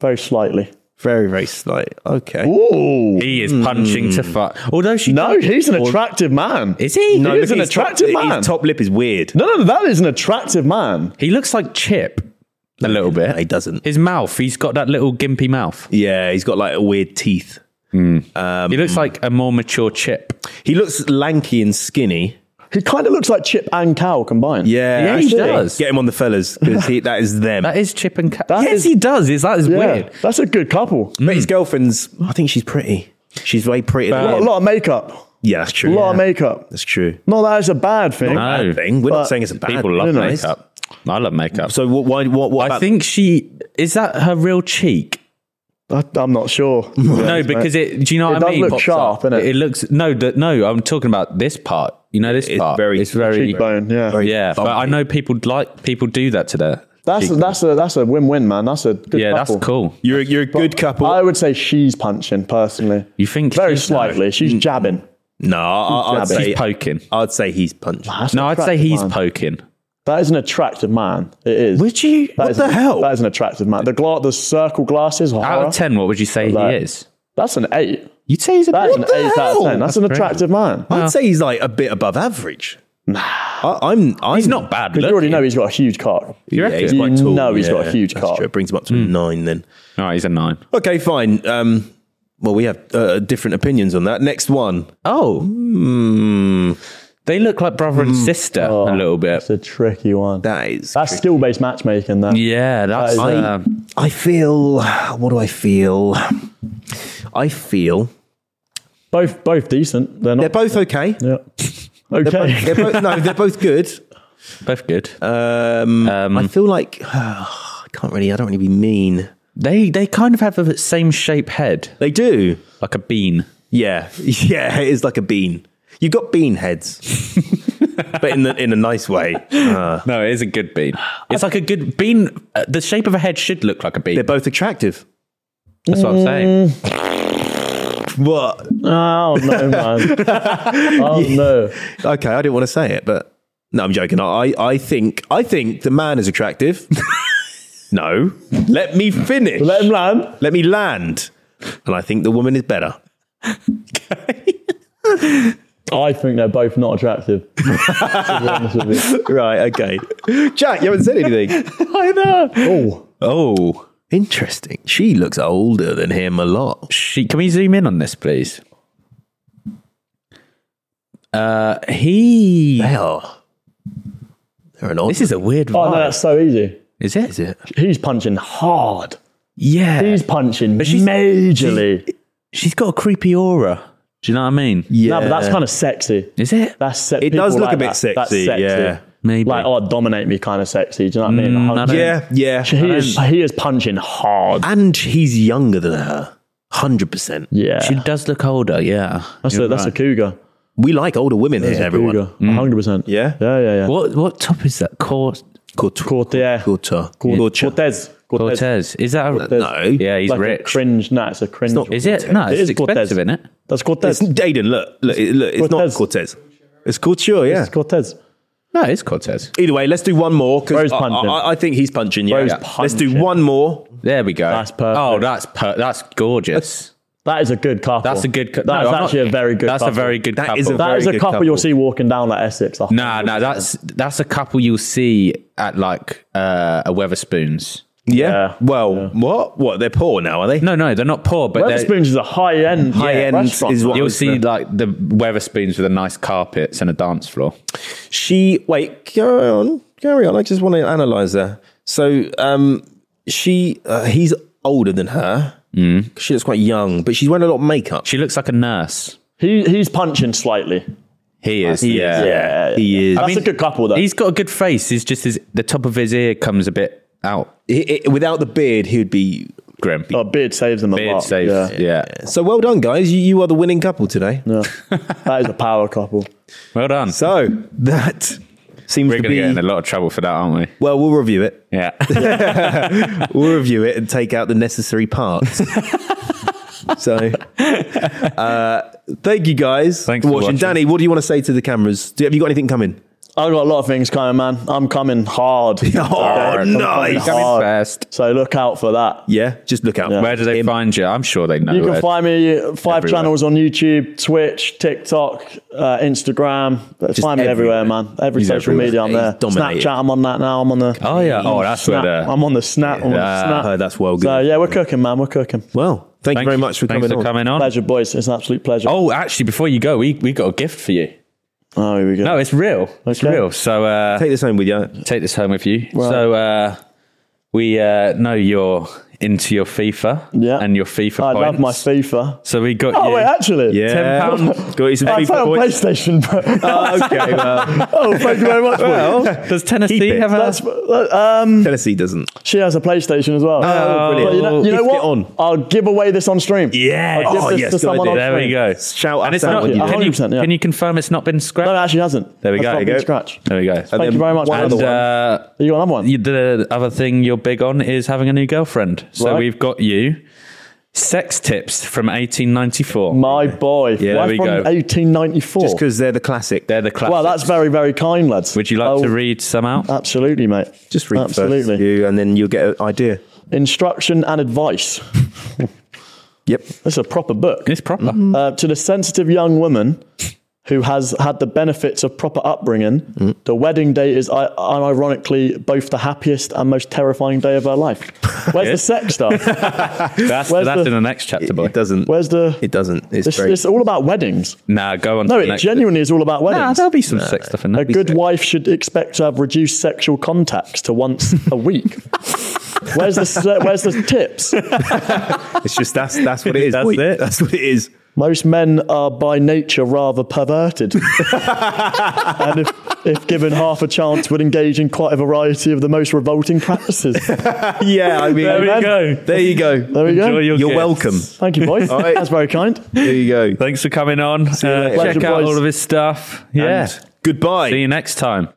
C: very slightly.
A: Very, very slight. Okay.
C: Ooh.
B: He is punching to fuck. Although she
C: Mm. No, he's an attractive man.
B: Is he?
C: No,
B: No,
C: he
B: look
C: is
B: at
C: an
B: his
C: attractive
A: top,
C: man.
A: His top lip is weird.
C: No, no, no, that is an attractive man.
B: he looks like Chip a little bit.
A: he doesn't.
B: His mouth. He's got that little gimpy mouth.
A: Yeah, he's got like a weird teeth.
B: he
C: Um.
B: looks like a more mature Chip.
A: He looks lanky and skinny.
C: He kind of looks like Chip and Cow combined.
A: Yeah,
B: Yeah, he
A: actually.
B: does.
A: Get him on the fellas because that is them.
B: That is Chip and Cat.
C: That
B: Yes,
C: is-
B: he does. Is that is
C: Yeah,
B: weird?
C: That's a good couple.
A: but his girlfriend's, I think she's pretty. She's way prettier
C: A
A: than
C: lot,
A: him.
C: lot of makeup.
A: Yeah, that's true.
C: A lot of
A: Yeah.
C: makeup.
A: That's true.
C: No, that is a bad
B: No.
C: thing.
A: Bad thing. We're not
C: But
A: saying it's a bad
B: People
A: thing,
B: love
A: guys.
B: makeup. I love makeup.
A: So what? Why? What? what
B: I
A: about-
B: think she is that her real cheek.
C: I, I'm not sure.
B: No, because it. Do you know
C: It
B: what
C: does
B: I mean?
C: look
B: Pops
C: sharp,
B: up.
C: innit?
B: It looks no, d- no. I'm talking about this part. You know this
A: It's
B: part.
A: very-
B: it's very.
C: cheekbone. Yeah,
B: Yeah, but I
A: bumpy.
B: know people like people do that to their.
C: that's a,
B: cheekbone.
C: that's a that's a win-win, man. That's a good
B: yeah,
C: couple.
B: that's cool.
A: you're a, you're a good couple.
C: I would say she's punching personally.
B: You think Mm.
C: Very
B: she's-
C: slightly. She's jabbing.
A: no, I, I'd
C: She's
A: say
B: He's poking.
A: I'd say he's punching.
C: That's
B: No, I'd say
C: attractive,
B: he's
C: man.
B: poking.
C: That is an attractive man. It is.
A: Would you?
C: That
A: What
C: is
A: the
C: an-
A: hell?
C: That is an attractive man. The gla- the circle glasses.
B: Out
C: horror.
B: of ten, what would you say
C: Like-
B: he is?
C: That's an eight.
B: You'd say he's a
C: That's an
A: the
C: eight out of
A: hell?
C: ten. That's, an attractive man.
A: I'd say he's like a bit above average. Nah, I, I'm, I'm.
B: He's not bad.
C: Because
B: Look,
C: you already know he's got a huge cock.
B: You
A: Yeah, he's
B: reckon?
A: quite tall.
C: know he's got a
A: Yeah,
C: huge
A: that's
C: cock.
A: true. It brings him up to a nine then.
B: All right, he's a nine.
A: Okay, fine. Um, well, we have uh, different opinions on that. Next one.
B: Oh, hmm. they look like brother
C: Hmm.
B: and sister
C: Oh,
B: a little bit.
C: It's a tricky one.
A: That is.
C: That's skill based matchmaking. That um,
B: Yeah, that's.
A: I,
B: uh,
A: I feel. What do I feel? I feel
C: both both decent. They're
A: they're
C: not.
A: both okay.
C: yeah. Okay.
A: They're both, they're both, no, they're both good.
B: both good. Uh,
A: Um, I feel like I can't really. I don't really be mean.
B: They they kind of have the same shape head,
A: They do.
B: like a bean.
A: Yeah, yeah. It is like a bean. You have got bean heads, but in the in a nice way. Uh,
B: No, it is a good bean. It's like a good bean. Uh, the shape of a head should look like a bean.
A: they're both attractive.
B: That's what I'm saying.
A: What?
C: oh no, man. oh no.
A: Okay, I didn't want to say it, but no, I'm joking. I I think I think the man is attractive. no, let me finish.
C: Let him land.
A: Let me land, and I think the woman is better.
C: I think they're both not attractive. to be honest with you.
A: Right. Okay. Jack, you haven't said anything.
C: I know. Oh,
A: oh. Interesting. She looks older than him a lot.
B: She, can we zoom in on this, please? Uh, he.
A: They are. They're an odd.
B: This is a weird
C: oh no,
B: vibe.
C: that's so easy.
B: is it?
A: is it?
C: He's punching hard.
B: Yeah.
C: He's punching
B: she's-
C: majorly.
B: She's got a creepy aura. Do you know what I mean?
A: Yeah,
C: No, but that's kind of sexy.
B: Is it?
C: That's se-
A: It
C: people
A: does look
C: like
A: a bit
C: that. That's
A: sexy, yeah.
B: Maybe. Mm,
C: Like, oh, dominate me kind of sexy. Do you know what I mean?
B: I don't-
A: Yeah, yeah.
C: He is, he is punching hard.
A: and he's younger than her, hundred percent.
C: Yeah.
B: She does look older. Yeah.
C: that's a,
B: You're
C: that's a
B: right.
C: cougar.
A: We like older women here,
C: That's a
A: everyone.
C: cougar. 100%.
A: Yeah?
C: Yeah, yeah, yeah.
B: Mm. What what top is that? Court
A: Couture.
C: Cortier.
A: Couture. Couture.
C: Cortez.
B: Cortez. Is that? A,
A: No,
B: Yeah, he's
C: like a
B: rich.
C: cringe. Nah, it's a cringe.
A: not-
B: Is it? No,
C: It
B: it's
C: is Cortez.
B: expensive, isn't it?
C: That's
A: It's
C: Cortez.
A: Aiden. Look, look, it- look it's not Cortez. It's Couture. Yeah.
C: It's Cortez.
B: No, it's Cortez.
A: Either way, let's do one more
C: Bro's
A: because I,
C: punching.
A: I, I think he's punching. Yeah.
C: Bro's
A: yeah. Let's do
C: punching.
A: one more.
B: There we go.
C: That's perfect.
B: Oh, that's per- that's gorgeous.
C: That is a good couple.
B: That's a good. cou-
C: That's
B: no, I'm
C: actually
B: not-
C: a very good
B: That's
C: couple.
B: a very good.
A: That
B: couple.
A: is a
C: That
A: very
C: is a
A: good
C: couple, you'll
A: couple.
C: see walking down like Essex. I
B: Nah, nah, that's that's a couple you'll see at like uh, a Weatherspoons.
A: Yeah.
C: Yeah.
A: Well, what? What? They're poor now, are they?
B: No, no, they're not poor, but they're,
C: Weatherspoons is a high end
A: High end
C: restaurant.
A: is what I
B: you'll
A: was
B: see
A: gonna-
B: like the Weatherspoons with the nice carpets and a dance floor.
A: She wait, carry on, carry on. I just want to analyze her. So, um, she uh, he's older than her. Mm. She looks quite young, but she's wearing a lot of makeup.
B: She looks like a nurse.
C: He, he's punching slightly.
B: He is.
A: He is,
B: yeah.
A: he is.
C: That's a good couple, though.
B: He's got a good face. He's just his, the top of his ear comes a bit out.
A: It, it, without the beard, he would be
B: grim.
C: Oh, beard saves them a
B: Beard
C: lot.
B: saves,
C: Yeah.
B: yeah.
A: So well done, guys. You, you are the winning couple today.
C: Yeah. that is a power couple.
B: Well done.
A: So that seems
B: We're
A: to
B: going to
A: be.
B: get in a lot of trouble for that, aren't we?
A: well, we'll review it.
B: Yeah.
A: We'll review it and take out the necessary parts. so, uh, thank you guys
B: Thanks for watching.
A: Danny, what do you want to say to the cameras? Do, have you got anything coming?
C: I've got a lot of things coming, man. I'm coming hard.
A: Hard.
C: I'm coming
A: Nice.
B: Coming
C: hard.
B: fast.
C: So look out for that.
A: Yeah, just look out.
B: Where do they find you? I'm sure they know.
C: You
B: where-
C: can find me uh, five
B: Everywhere.
C: channels on YouTube, Twitch, TikTok, uh, Instagram. find me everywhere,
B: everywhere.
C: man. Every
B: He's
C: social
B: everywhere.
C: media, I'm
A: He's
C: there.
A: dominated.
C: Snapchat, I'm on that now. I'm on the.
B: Oh, yeah. Oh, that's where
C: Snap.
B: the-
C: I'm on the snap. I'm on
B: Yeah.
C: the snap.
A: Oh, that's well good.
C: So yeah, we're cooking, man. We're cooking.
A: Well, thank, you
B: Thank
A: very much for
B: Thanks
A: coming on.
B: coming on.
C: Pleasure, boys. It's an absolute pleasure.
B: Oh, actually, before you go, we, we got a gift for you.
C: Oh, here we go.
B: No, it's real. It's
C: Okay.
B: real. So uh,
A: Take this home with you.
B: take this home with you. So uh, we uh, know you're into your FIFA
C: yeah.
B: and your FIFA
C: I
B: points.
C: love my FIFA.
B: So we got
C: Oh
B: you
C: wait, actually,
A: Yeah.
B: £10.
A: Got you some
C: I play
A: FIFA
C: on
A: points.
C: PlayStation, bro.
A: Oh, okay, well,
C: oh, thank you very much. boys.
B: Does Tennessee
A: it.
B: have a?
C: That's, um,
A: Tennessee doesn't.
C: she has a PlayStation as well.
A: Oh, brilliant.
C: But you know, you know
A: Gift it
C: what?
A: on.
C: I'll give away this on stream.
A: Yeah.
C: I'll give
A: Oh,
C: this
A: yes,
C: to
A: good
C: someone
A: idea.
C: on
B: There we
C: stream.
B: go.
A: Shout us
B: and it's
A: out
B: not.
A: when you
B: Can you,
C: 100%, yeah.
B: can you confirm it's not been scrapped?
C: No, it actually hasn't.
B: There we
C: It's
B: go.
C: not
B: There you
C: been
A: go.
C: scratched.
B: there we go.
C: Thank
A: then
C: you very much.
A: one
C: man.
A: other
B: And
A: one.
B: uh,
C: you got another one?
B: you- the other thing you're big on is having a new girlfriend. So
C: Right.
B: we've got you sex tips from 1894.
C: My boy.
B: Yeah,
C: Why
B: there we
C: from
B: go.
C: 1894.
A: Just because they're the classic.
B: They're the classics.
C: Well, that's very, very kind, lads.
B: Would you like
C: Oh,
B: to read some out?
C: Absolutely, mate.
A: Just read
C: Absolutely.
A: first few and then you'll get an idea.
C: Instruction and advice.
A: Yep.
C: That's a proper book.
B: it's proper.
C: Uh, to the sensitive young woman who has had the benefits of proper upbringing,
B: Mm.
C: the wedding day is i- unironically both the happiest and most terrifying day of her life. Where's the sex stuff?
B: That's,
C: where's
B: that's
C: the-
B: in the next chapter,
A: It,
B: boy.
A: it doesn't.
C: Where's the?
A: It doesn't. It's
C: It's,
A: very.
C: it's all about weddings.
B: Nah, go on.
C: No,
B: to the
C: it
B: next
C: genuinely is all about
B: Nah,
C: weddings.
B: there'll be some sex stuff in there.
C: A good wife should expect to have reduced sexual contacts to once a week. where's the se- where's the tips?
A: it's just that's that's what it is.
B: That's
A: boy.
B: it.
A: That's what it is.
C: Most men are by nature rather perverted, and if, if given half a chance, would engage in quite a variety of the most revolting practices.
A: Yeah, I mean,
C: There we go.
A: There you go.
C: There we go.
B: Enjoy your
A: You're
B: gifts.
A: welcome.
C: Thank you, boys.
A: right.
C: That's very kind.
A: There you go.
B: Thanks for coming on.
A: you
B: Uh,
A: later.
B: check
C: Pleasure,
B: out
C: boys.
B: all of his stuff. Yeah.
A: And goodbye.
B: See you next time.